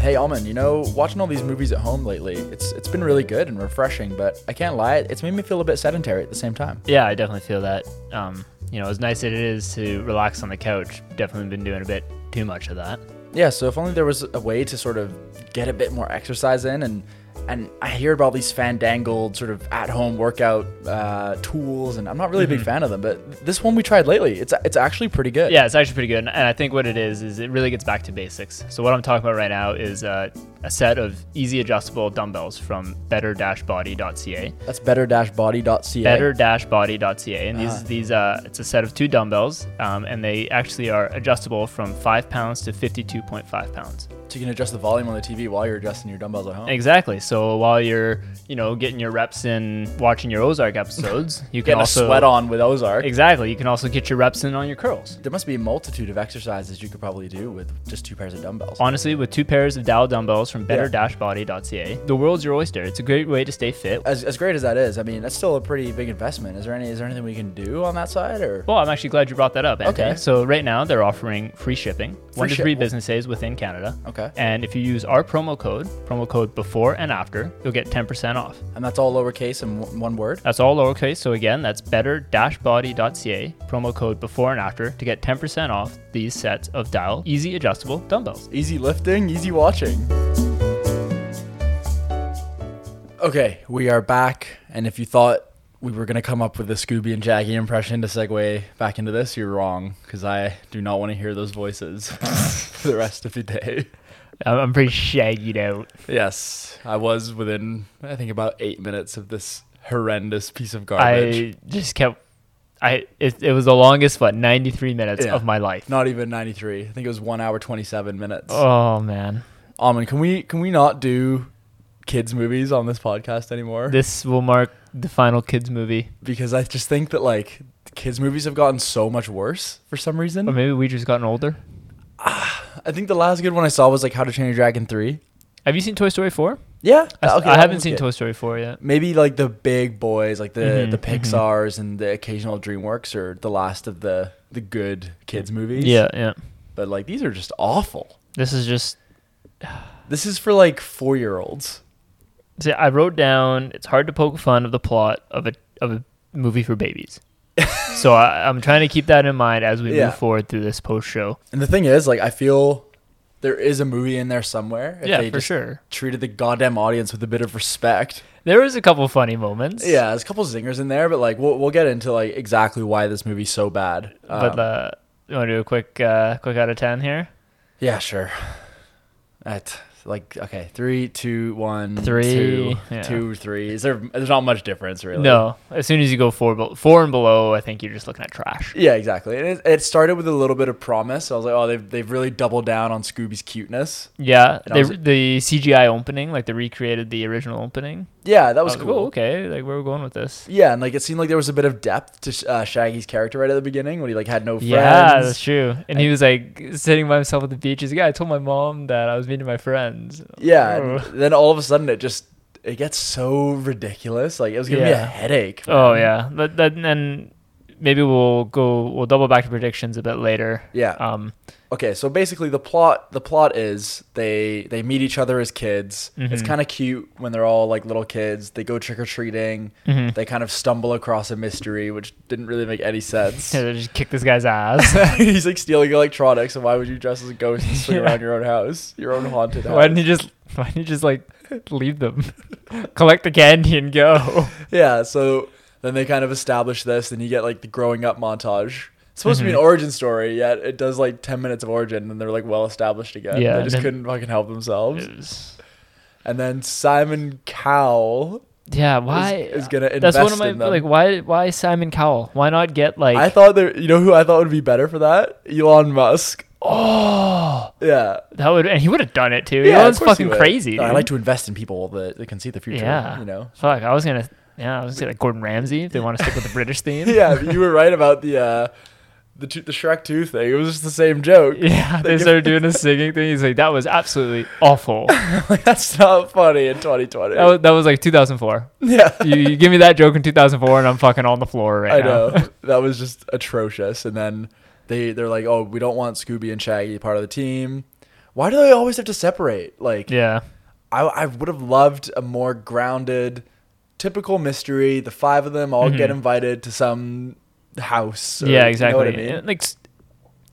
Speaker 2: Hey Almond, you know, watching all these movies at home lately, it's it's been really good and refreshing, but I can't lie, it's made me feel a bit sedentary at the same time.
Speaker 1: Yeah, I definitely feel that. Um, you know, as nice as it is to relax on the couch, definitely been doing a bit too much of that.
Speaker 2: Yeah, so if only there was a way to sort of get a bit more exercise in and and I hear about these fandangled sort of at-home workout uh, tools, and I'm not really a big fan of them. But this one we tried lately, it's it's actually pretty good.
Speaker 1: Mm-hmm. Yeah, it's actually pretty good. And and I think what it is, is it really gets back to basics. So, what I'm talking about right now is uh, a set of easy adjustable dumbbells from better body.ca.
Speaker 2: that's better-body.ca.
Speaker 1: Better body.ca. And these,
Speaker 2: Ah.
Speaker 1: these uh, it's a set of two dumbbells, um, and they actually are adjustable from 5 pounds to 52.5 pounds.
Speaker 2: So you can adjust the volume on the TV while you're adjusting your dumbbells at home.
Speaker 1: Exactly. So, while you're, you know, getting your reps in watching your Ozark episodes, you can
Speaker 2: Getting
Speaker 1: also.
Speaker 2: a sweat on with Ozark.
Speaker 1: Exactly. You can also get your reps in on your curls.
Speaker 2: There must be a multitude of exercises you could probably do with just two pairs of dumbbells.
Speaker 1: Honestly, with two pairs of dowel dumbbells from
Speaker 2: Yeah.
Speaker 1: better-body.ca, the world's your oyster. It's a great way to stay fit.
Speaker 2: As, as great as that is, I mean, that's still a pretty big investment. Is there any is there anything we can do on that side or?
Speaker 1: Well, I'm actually glad you brought that up. Anthony.
Speaker 2: Okay.
Speaker 1: So right now they're offering free shipping, one to
Speaker 2: shi-
Speaker 1: three business days within Canada.
Speaker 2: Okay.
Speaker 1: And if you use our promo code, promo code before and after, you'll get 10% off.
Speaker 2: And that's all lowercase and w- one word.
Speaker 1: That's all lowercase. So again, that's better-body.ca, promo code before and after to get 10% off these sets of dial easy adjustable dumbbells.
Speaker 2: Easy lifting, easy watching. Okay, we are back, and if you thought we were gonna come up with a Scooby and Jackie impression to segue back into this, you're wrong, because I do not want to hear those voices *laughs* for the rest of the day.
Speaker 1: I'm I'm pretty shaggy out.
Speaker 2: Yes, I was within I think about eight minutes of this horrendous piece of garbage.
Speaker 1: I just kept. I it, it was the longest what 93 minutes
Speaker 2: Yeah.
Speaker 1: of my life.
Speaker 2: Not even ninety three. I think it was one hour twenty seven minutes.
Speaker 1: Oh man,
Speaker 2: Almond, can we can we not do kids movies on this podcast anymore?
Speaker 1: this will mark the final kids movie.
Speaker 2: because I just think that like kids movies have gotten so much worse for some reason.
Speaker 1: Or maybe we just gotten older.
Speaker 2: I think the last good one I saw was like How to Train Your Dragon three.
Speaker 1: Have you seen Toy Story 4?
Speaker 2: Yeah,
Speaker 1: I,
Speaker 2: okay, that
Speaker 1: I haven't
Speaker 2: one's
Speaker 1: seen
Speaker 2: good.
Speaker 1: Toy Story 4 yet.
Speaker 2: Maybe like the big boys, like the
Speaker 1: Mhm,
Speaker 2: the
Speaker 1: mhm.
Speaker 2: Pixar's and the occasional DreamWorks, or the last of the the good kids movies.
Speaker 1: Yeah, yeah.
Speaker 2: but like these are just awful.
Speaker 1: This is just.
Speaker 2: This is for like four year olds.
Speaker 1: See, I wrote down. It's hard to poke fun of the plot of a of a movie for
Speaker 2: *laughs*
Speaker 1: babies. so I, I'm trying to keep that in mind as we
Speaker 2: Yeah.
Speaker 1: move forward through this post show.
Speaker 2: And the thing is, like, I feel there is a movie in there somewhere.
Speaker 1: Yeah, for
Speaker 2: just
Speaker 1: sure.
Speaker 2: Treated the goddamn audience with a bit of respect.
Speaker 1: There was a couple funny moments.
Speaker 2: Yeah, there's a couple zingers in there, but like, we'll, we'll get into like exactly why this movie's so bad.
Speaker 1: But
Speaker 2: Um,
Speaker 1: uh, you want to do a quick uh, quick out of ten here?
Speaker 2: yeah, sure. At like, okay, three, two, one,
Speaker 1: Three,
Speaker 2: two,
Speaker 1: yeah.
Speaker 2: two, three. Is there? There's not much difference, really.
Speaker 1: No. As soon as you go four, be- four and below, I think you're just looking at trash.
Speaker 2: Yeah, exactly. And it, it started with a little bit of promise. I was like, oh, they've they've really doubled down on Scooby's cuteness.
Speaker 1: Yeah.
Speaker 2: And I
Speaker 1: They,
Speaker 2: was-
Speaker 1: the CGI opening, like they recreated the original opening.
Speaker 2: Yeah, that
Speaker 1: I
Speaker 2: was
Speaker 1: like,
Speaker 2: cool.
Speaker 1: "Oh, okay, like where we're going with this?
Speaker 2: Yeah, and like it seemed like there was a bit of depth to Sh- uh, Shaggy's character right at the beginning when he like had no friends.
Speaker 1: Yeah, that's true. And he was like sitting by himself at the beach. He's like, yeah, I told my mom that I was meeting my friends.
Speaker 2: Yeah,
Speaker 1: Oh.
Speaker 2: and then all of a sudden it just it gets so ridiculous. Like it was giving me a
Speaker 1: Yeah.
Speaker 2: headache.
Speaker 1: Oh
Speaker 2: man.
Speaker 1: yeah. But then then maybe we'll go. We'll double back to predictions a bit later.
Speaker 2: Yeah.
Speaker 1: Um.
Speaker 2: Okay, so basically the plot the plot is they they meet each other as kids. It's
Speaker 1: Mhm.
Speaker 2: kind of cute when they're all like little kids. They go trick or treating.
Speaker 1: mhm.
Speaker 2: They kind of stumble across a mystery which didn't really make any sense. *laughs*
Speaker 1: *laughs* *laughs* Yeah, they just kick this guy's ass. *laughs*
Speaker 2: He's like stealing electronics, and why would you dress as a ghost and swing
Speaker 1: *laughs* Yeah.
Speaker 2: around your own house, your own haunted house?
Speaker 1: why didn't he just? Why didn't he just like leave them, *laughs* collect the candy and
Speaker 2: *laughs*
Speaker 1: go?
Speaker 2: Yeah, so then they kind of establish this, and you get like the growing up montage. It's supposed to be
Speaker 1: Mhm.
Speaker 2: an origin story, yet it does like ten minutes of origin, and they're like well established again.
Speaker 1: Yeah,
Speaker 2: they just
Speaker 1: then-
Speaker 2: couldn't fucking help themselves.
Speaker 1: It was-
Speaker 2: And then Simon Cowell
Speaker 1: Yeah, why
Speaker 2: is, is gonna invest
Speaker 1: That's one of my
Speaker 2: in them.
Speaker 1: like why why Simon Cowell? Why not get like
Speaker 2: I thought there, you know who I thought would be better for that? Elon Musk.
Speaker 1: oh
Speaker 2: Yeah,
Speaker 1: that would and he would have done it too.
Speaker 2: yeah,
Speaker 1: Yeah,
Speaker 2: of
Speaker 1: Elon's
Speaker 2: course he
Speaker 1: fucking
Speaker 2: would.
Speaker 1: crazy.
Speaker 2: No, I
Speaker 1: dude.
Speaker 2: like to invest in people that, that can see the future.
Speaker 1: Yeah.
Speaker 2: you know.
Speaker 1: Fuck, I was gonna yeah, I was gonna like Gordon Ramsay if they want to stick with
Speaker 2: *laughs*
Speaker 1: the British theme.
Speaker 2: yeah, you were right about the uh, the two, the Shrek two thing. It was just the same
Speaker 1: *laughs*
Speaker 2: joke.
Speaker 1: Yeah, they
Speaker 2: Like,
Speaker 1: started doing a singing thing. He's like, that was absolutely
Speaker 2: *laughs*
Speaker 1: awful. That
Speaker 2: Like, that's not funny in 2020.
Speaker 1: was, that was like 2004.
Speaker 2: *laughs* yeah,
Speaker 1: You, you give me that joke in 2004, and I'm fucking on the floor right
Speaker 2: I
Speaker 1: now. *laughs*
Speaker 2: know that was just atrocious. And then they they're like, oh, we don't want Scooby and Shaggy part of the team. Why do they always have to separate? Like,
Speaker 1: Yeah,
Speaker 2: I I would have loved a more grounded, typical mystery. The five of them all get
Speaker 1: Mhm.
Speaker 2: invited to some house. or-
Speaker 1: yeah,
Speaker 2: you know
Speaker 1: exactly.
Speaker 2: what I mean?
Speaker 1: And, Like, s-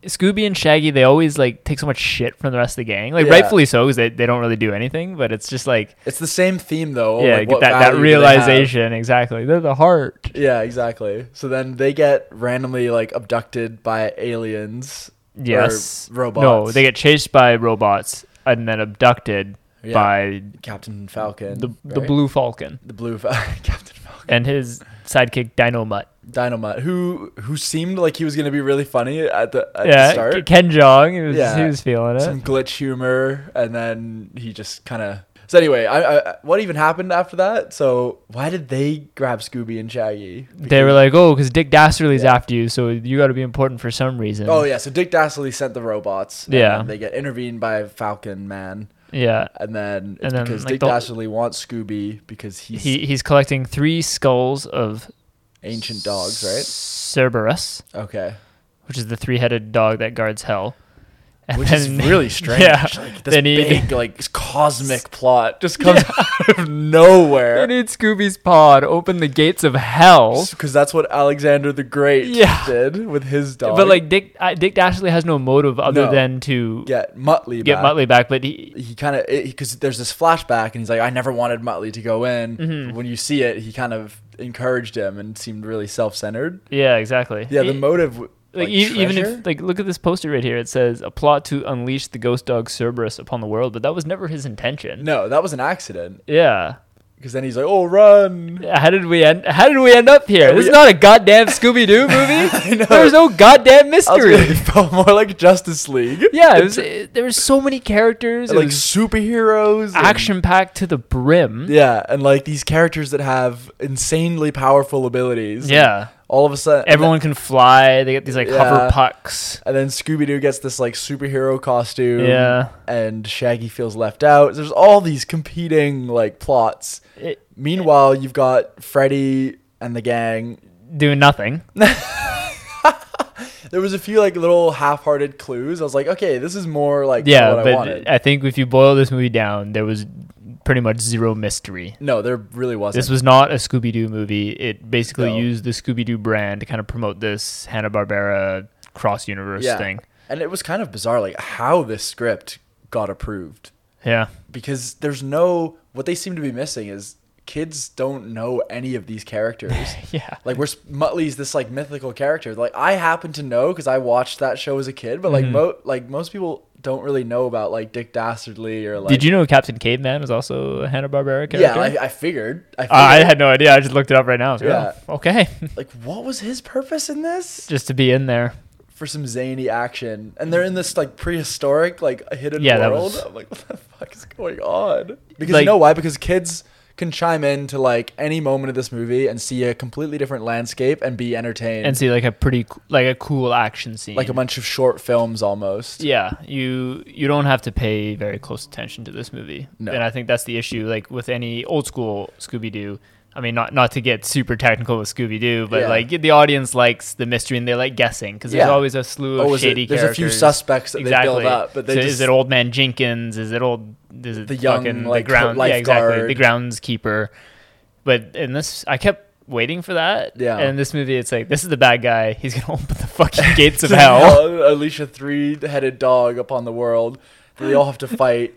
Speaker 1: Scooby and Shaggy, they always like take so much shit from the rest of the gang. Like
Speaker 2: Yeah.
Speaker 1: rightfully so, because they, they don't really do anything. But it's just like
Speaker 2: It's the same theme though.
Speaker 1: yeah,
Speaker 2: Oh, like,
Speaker 1: get
Speaker 2: what
Speaker 1: that that
Speaker 2: value do they have?
Speaker 1: realization exactly. They're the heart.
Speaker 2: Yeah, exactly. So then they get randomly like abducted by aliens. or
Speaker 1: Yes,
Speaker 2: robots.
Speaker 1: No, they get chased by robots and then abducted
Speaker 2: Yeah.
Speaker 1: by
Speaker 2: Captain Falcon.
Speaker 1: the the
Speaker 2: right?
Speaker 1: Blue Falcon
Speaker 2: the blue Fal- *laughs* Captain Falcon.
Speaker 1: and his sidekick Dino Mutt.
Speaker 2: Dynamite, who who seemed like he was gonna be really funny at the at the
Speaker 1: yeah,
Speaker 2: start.
Speaker 1: K- Ken Jong. He was, he
Speaker 2: Yeah.
Speaker 1: was feeling it.
Speaker 2: Some glitch humor, and then he just kind of. So anyway, I, I what even happened after that? So why did they grab Scooby and Shaggy?
Speaker 1: they
Speaker 2: Because-
Speaker 1: were like, "Oh, because Dick Dastardly's
Speaker 2: Yeah.
Speaker 1: after you, so you got to be important for some reason."
Speaker 2: Oh yeah, so Dick Dastardly sent the robots. and
Speaker 1: Yeah.
Speaker 2: then they get intervened by Falcon Man,
Speaker 1: yeah.
Speaker 2: and then it's
Speaker 1: And then,
Speaker 2: because
Speaker 1: like,
Speaker 2: Dick
Speaker 1: the-
Speaker 2: Dastardly wants Scooby because he's
Speaker 1: He he's collecting three skulls of
Speaker 2: ancient dogs, right?
Speaker 1: Cerberus,
Speaker 2: Okay,
Speaker 1: which is the three-headed dog that guards hell. And
Speaker 2: which is
Speaker 1: then- *laughs*
Speaker 2: really strange.
Speaker 1: Yeah.
Speaker 2: like, this
Speaker 1: They need-
Speaker 2: big like
Speaker 1: *laughs*
Speaker 2: cosmic plot just comes *laughs* out of nowhere.
Speaker 1: They need Scooby's paw to open the gates of hell.
Speaker 2: because that's what Alexander the Great
Speaker 1: Yeah.
Speaker 2: did with his dog.
Speaker 1: But like Dick, uh, Dick Dashley has no motive other
Speaker 2: No.
Speaker 1: than to
Speaker 2: get Muttley.
Speaker 1: get
Speaker 2: back.
Speaker 1: Muttley back. But he,
Speaker 2: He kind of because there's this flashback, and he's like, "I never wanted Muttley to go in."
Speaker 1: Mhm.
Speaker 2: When you see it, he kind of encouraged him and seemed really self-centered.
Speaker 1: yeah, exactly.
Speaker 2: Yeah, the
Speaker 1: He-
Speaker 2: motive. w-
Speaker 1: like,
Speaker 2: Like,
Speaker 1: e- even
Speaker 2: treasure?
Speaker 1: if like look at this poster right here. It says a plot to unleash the ghost dog Cerberus upon the world, but that was never his intention.
Speaker 2: no, that was an accident.
Speaker 1: Yeah.
Speaker 2: Because then he's like, "Oh, run!"
Speaker 1: How did we end? How did we end up here?
Speaker 2: Yeah, we-
Speaker 1: This is not a goddamn
Speaker 2: *laughs*
Speaker 1: Scooby Doo movie.
Speaker 2: know.
Speaker 1: There's no
Speaker 2: I
Speaker 1: goddamn
Speaker 2: was
Speaker 1: mystery.
Speaker 2: gonna- It *laughs* felt more like Justice League.
Speaker 1: *laughs* yeah, it was. It, there were so many characters. It
Speaker 2: like
Speaker 1: was
Speaker 2: superheroes. and-
Speaker 1: action packed to the brim.
Speaker 2: yeah, and like these characters that have insanely powerful abilities.
Speaker 1: Yeah.
Speaker 2: All of a sudden,
Speaker 1: Everyone can fly. They get these like hover
Speaker 2: Yeah.
Speaker 1: pucks.
Speaker 2: And then Scooby Doo gets this like superhero costume.
Speaker 1: Yeah.
Speaker 2: And Shaggy feels left out. There's all these competing like plots.
Speaker 1: It-
Speaker 2: Meanwhile, you've got Freddy and the gang.
Speaker 1: doing nothing.
Speaker 2: There was a few like little half-hearted clues. I was like, okay, this is more like
Speaker 1: yeah,
Speaker 2: what I wanted.
Speaker 1: but I, think if you boil this movie down, there was pretty much zero mystery.
Speaker 2: no, there really wasn't.
Speaker 1: This was not a Scooby Doo movie. It basically
Speaker 2: No.
Speaker 1: used the Scooby Doo brand to kind of promote this Hanna Barbera cross universe
Speaker 2: Yeah.
Speaker 1: thing.
Speaker 2: and it was kind of bizarre like how this script got approved
Speaker 1: Yeah, *laughs*
Speaker 2: because there's no what they seem to be missing is kids don't know any of these
Speaker 1: *laughs*
Speaker 2: characters.
Speaker 1: yeah.
Speaker 2: Like we're Muttley's this like mythical character. Like I happen to know because I watched that show as a kid, but like
Speaker 1: Mm-hmm.
Speaker 2: mo- like most people don't really know about like Dick Dastardly or like.
Speaker 1: Did you know Captain Caveman was also a Hanna Barbera character?
Speaker 2: Yeah, I, I figured. I, figured
Speaker 1: Uh, I had no idea. I just looked it up right now. So, yeah. Okay. *laughs*
Speaker 2: like what was his purpose in this?
Speaker 1: just to be in there.
Speaker 2: For some zany action, and they're in this like prehistoric like hidden
Speaker 1: Yeah, that
Speaker 2: world.
Speaker 1: was-
Speaker 2: *laughs* I'm like, what the fuck is going on? Because
Speaker 1: Like-
Speaker 2: you know why? Because kids can chime in to like any moment of this movie and see a completely different landscape and be entertained.
Speaker 1: and see like a pretty c- like a cool action scene.
Speaker 2: like a bunch of short films almost.
Speaker 1: Yeah, you you don't have to pay very close attention to this movie,
Speaker 2: No.
Speaker 1: and I think that's the issue. Like with any old school Scooby Doo, I mean, not not to get super technical with Scooby Doo, but
Speaker 2: Yeah.
Speaker 1: like the audience likes the mystery and they like guessing because there's
Speaker 2: Yeah.
Speaker 1: always a slew of
Speaker 2: Oh, is it-
Speaker 1: shady
Speaker 2: there's a
Speaker 1: characters.
Speaker 2: few suspects that they build up, but they
Speaker 1: so
Speaker 2: just- *laughs*
Speaker 1: is it old man Jenkins? Is it old? Is it
Speaker 2: The young,
Speaker 1: fucking,
Speaker 2: like,
Speaker 1: the ground? Yeah, exactly. The groundskeeper. But in this, I kept waiting for that.
Speaker 2: Yeah.
Speaker 1: And in this movie, it's like this is the bad guy. He's gonna *laughs* open the
Speaker 2: *laughs*
Speaker 1: fucking gates of
Speaker 2: to
Speaker 1: hell.
Speaker 2: Unleash a three-headed dog upon the world. that They all
Speaker 1: *laughs*
Speaker 2: have to fight,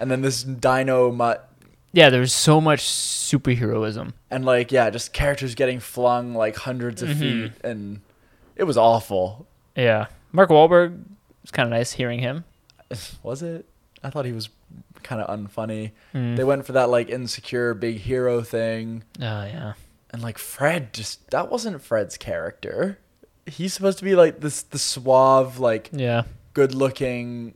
Speaker 2: and then this dino mutt,
Speaker 1: Yeah, there's so much superheroism.
Speaker 2: and like yeah, just characters getting flung like hundreds of feet, and it was awful.
Speaker 1: Yeah. Mark Wahlberg, it's kind of nice hearing him.
Speaker 2: Was it? I thought he was kind of unfunny. They went for that like insecure big hero thing,
Speaker 1: Oh, yeah.
Speaker 2: and like Fred just that wasn't Fred's character. He's supposed to be like this the suave like
Speaker 1: Yeah.
Speaker 2: good-looking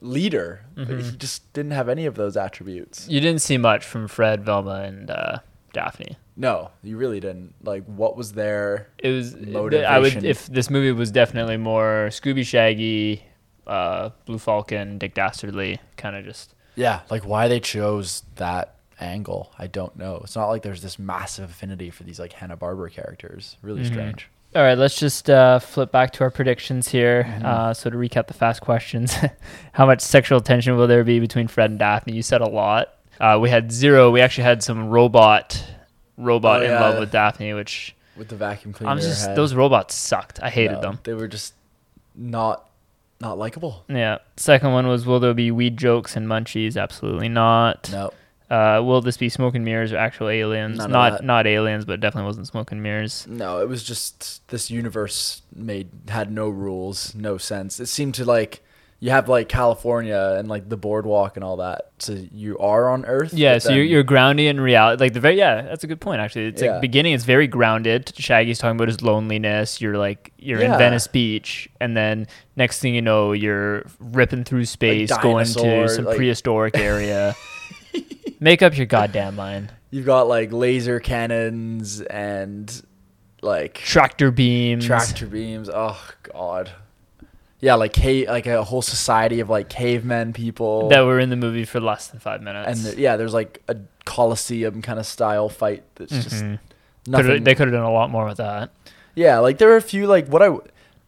Speaker 2: leader. but He just didn't have any of those attributes.
Speaker 1: You didn't see much from Fred, Velma, and uh, Daphne.
Speaker 2: No, you really didn't. Like, what was there?
Speaker 1: It was I would
Speaker 2: Motivation.
Speaker 1: if this movie was definitely more Scooby Shaggy, uh, Blue Falcon, Dick Dastardly, kind of just
Speaker 2: Yeah, like why they chose that angle, I don't know. It's not like there's this massive affinity for these like Hanna Barbera characters. Really strange.
Speaker 1: All right, let's just uh, flip back to our predictions here.
Speaker 2: Mm-hmm.
Speaker 1: Uh, so to recap the fast questions, *laughs* how much sexual tension will there be between Fred and Daphne? You said a lot. Uh, we had zero. We actually had some robot, robot
Speaker 2: Oh,
Speaker 1: in love
Speaker 2: yeah.
Speaker 1: with Daphne, which
Speaker 2: With the vacuum cleaner,
Speaker 1: I'm just
Speaker 2: head.
Speaker 1: those robots sucked. I hated
Speaker 2: No,
Speaker 1: them.
Speaker 2: They were just not not likable.
Speaker 1: Yeah. Second one was will there be weed jokes and munchies? Absolutely not.
Speaker 2: No.
Speaker 1: Uh, will this be smoke and mirrors or actual aliens?
Speaker 2: None of
Speaker 1: not
Speaker 2: that.
Speaker 1: not aliens, but definitely wasn't smoke and mirrors.
Speaker 2: No, it was just this universe made had no rules, no sense. It seemed to like you have like California and like the boardwalk and all that. So you are on Earth.
Speaker 1: Yeah,
Speaker 2: but
Speaker 1: so you're,
Speaker 2: then-
Speaker 1: you're grounded in reality. Like the very yeah, that's a good point actually. It's
Speaker 2: Yeah.
Speaker 1: like beginning, it's very grounded. Shaggy's talking about his loneliness. You're like you're
Speaker 2: Yeah.
Speaker 1: in Venice Beach, and then next thing you know, you're ripping through space, going to
Speaker 2: dinosaurs,
Speaker 1: some
Speaker 2: like- *laughs*
Speaker 1: prehistoric area. Make up your goddamn mind.
Speaker 2: you've got like laser cannons and like
Speaker 1: Tractor beams.
Speaker 2: tractor beams. Oh god. Yeah, like ca- like a whole society of like cavemen people.
Speaker 1: That were in the movie for less than five
Speaker 2: and
Speaker 1: minutes.
Speaker 2: the, yeah, there's like a coliseum kind of style fight that's just
Speaker 1: Mhm. Coulda-
Speaker 2: nothing.
Speaker 1: they could have done a lot more with that.
Speaker 2: Yeah, like there were a few like what I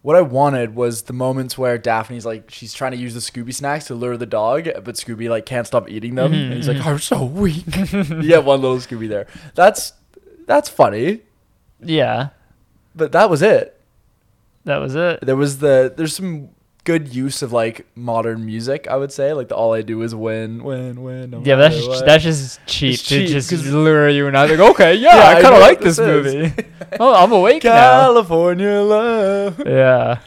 Speaker 2: what I wanted was the moments where Daphne's like she's trying to use the Scooby snacks to lure the dog, but Scooby like can't stop eating them.
Speaker 1: Mhm,
Speaker 2: And he's like, "I'm so weak."
Speaker 1: *laughs*
Speaker 2: you have one little Scooby there. That's that's funny,
Speaker 1: Yeah,
Speaker 2: but that was it.
Speaker 1: that was it.
Speaker 2: There was the there's some good use of like modern music. I would say like the all I do is win, win, win. no
Speaker 1: Yeah, but
Speaker 2: matter
Speaker 1: that's
Speaker 2: what.
Speaker 1: that's just cheap
Speaker 2: It's
Speaker 1: to
Speaker 2: cheap,
Speaker 1: just
Speaker 2: 'cause-
Speaker 1: lure you and I *laughs* think okay, yeah,
Speaker 2: Yeah,
Speaker 1: I
Speaker 2: I
Speaker 1: kind
Speaker 2: know
Speaker 1: of
Speaker 2: what
Speaker 1: like this,
Speaker 2: this is. *laughs*
Speaker 1: movie. *laughs* oh, I'm awake now.
Speaker 2: California
Speaker 1: *laughs*
Speaker 2: love. *laughs*
Speaker 1: Yeah,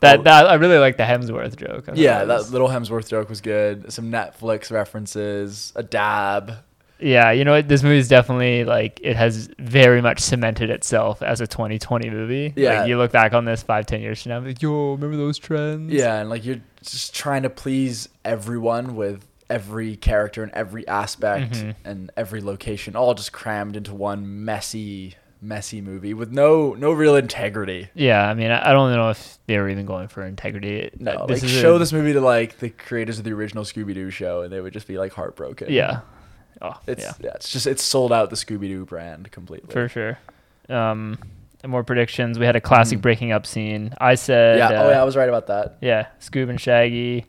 Speaker 1: that
Speaker 2: Oh.
Speaker 1: that I really like the Hemsworth joke. I thought
Speaker 2: Yeah,
Speaker 1: was-
Speaker 2: that little Hemsworth joke was good. Some Netflix references, a dab.
Speaker 1: yeah. You know what? This movie is definitely like it has very much cemented itself as a 2020 movie.
Speaker 2: Yeah.
Speaker 1: like, you look back on this five, ten years from now, like yo, remember those trends?
Speaker 2: Yeah, and like you're just trying to please everyone with every character and every aspect
Speaker 1: Mhm.
Speaker 2: and every location, all just crammed into one messy, messy movie with no no real integrity.
Speaker 1: Yeah, I mean, I I don't know if they were even going for integrity.
Speaker 2: No,
Speaker 1: Uh, this
Speaker 2: like
Speaker 1: is
Speaker 2: show
Speaker 1: a-
Speaker 2: this movie to like the creators of the original Scooby Doo show, and they would just be like heartbroken.
Speaker 1: Yeah, oh,
Speaker 2: it's
Speaker 1: yeah.
Speaker 2: yeah, it's just it's sold out the Scooby Doo brand completely.
Speaker 1: For sure. Um, and more predictions. We had a classic
Speaker 2: Mhm.
Speaker 1: breaking up scene. I said,
Speaker 2: yeah,
Speaker 1: uh,
Speaker 2: oh yeah, I was right about that.
Speaker 1: yeah, Scoob and Shaggy.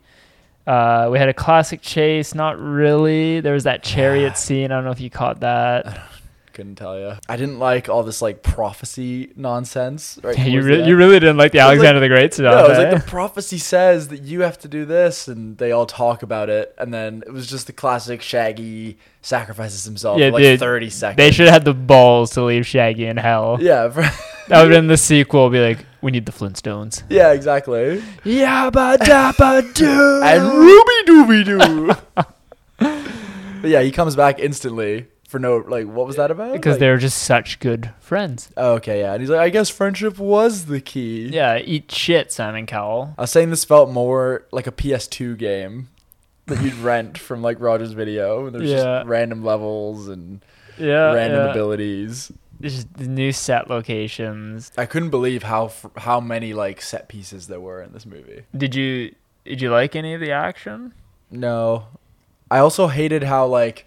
Speaker 1: Uh, we had a classic chase. Not really. There was
Speaker 2: *sighs*
Speaker 1: that chariot scene. I don't know if you caught that.
Speaker 2: Couldn't tell you. I didn't like all this like prophecy nonsense. Right?
Speaker 1: *laughs* you
Speaker 2: towards the
Speaker 1: really,
Speaker 2: end.
Speaker 1: you really didn't like the
Speaker 2: It was like-
Speaker 1: Alexander the Great stuff.
Speaker 2: No, it was
Speaker 1: eh?
Speaker 2: like the prophecy says that you have to do this, and they all talk about it, and then it was just the classic Shaggy sacrifices himself
Speaker 1: Yeah,
Speaker 2: for like
Speaker 1: dude.
Speaker 2: thirty seconds.
Speaker 1: they should have had the balls to leave Shaggy in hell.
Speaker 2: yeah, *laughs* for-
Speaker 1: That would have been the sequel. Be like, we need the Flintstones.
Speaker 2: yeah, exactly.
Speaker 1: Yabba dabba doo. *laughs*
Speaker 2: And Ruby Dooby Doo. but yeah, he comes back instantly for no like. What was that about?
Speaker 1: because
Speaker 2: Like-
Speaker 1: they were just such good friends.
Speaker 2: Oh, okay, yeah, and he's like, I guess friendship was the key.
Speaker 1: Yeah, eat shit, Simon Cowell.
Speaker 2: I was saying this felt more like a PS2 game that you'd *laughs* rent from like Rogers Video. There's
Speaker 1: Yeah. Uh,
Speaker 2: just random levels and
Speaker 1: Yeah,
Speaker 2: random
Speaker 1: yeah.
Speaker 2: abilities.
Speaker 1: This is the new set locations.
Speaker 2: I couldn't believe how f- how many like set pieces there were in this movie.
Speaker 1: Did you did you like any of the action?
Speaker 2: No, I also hated how like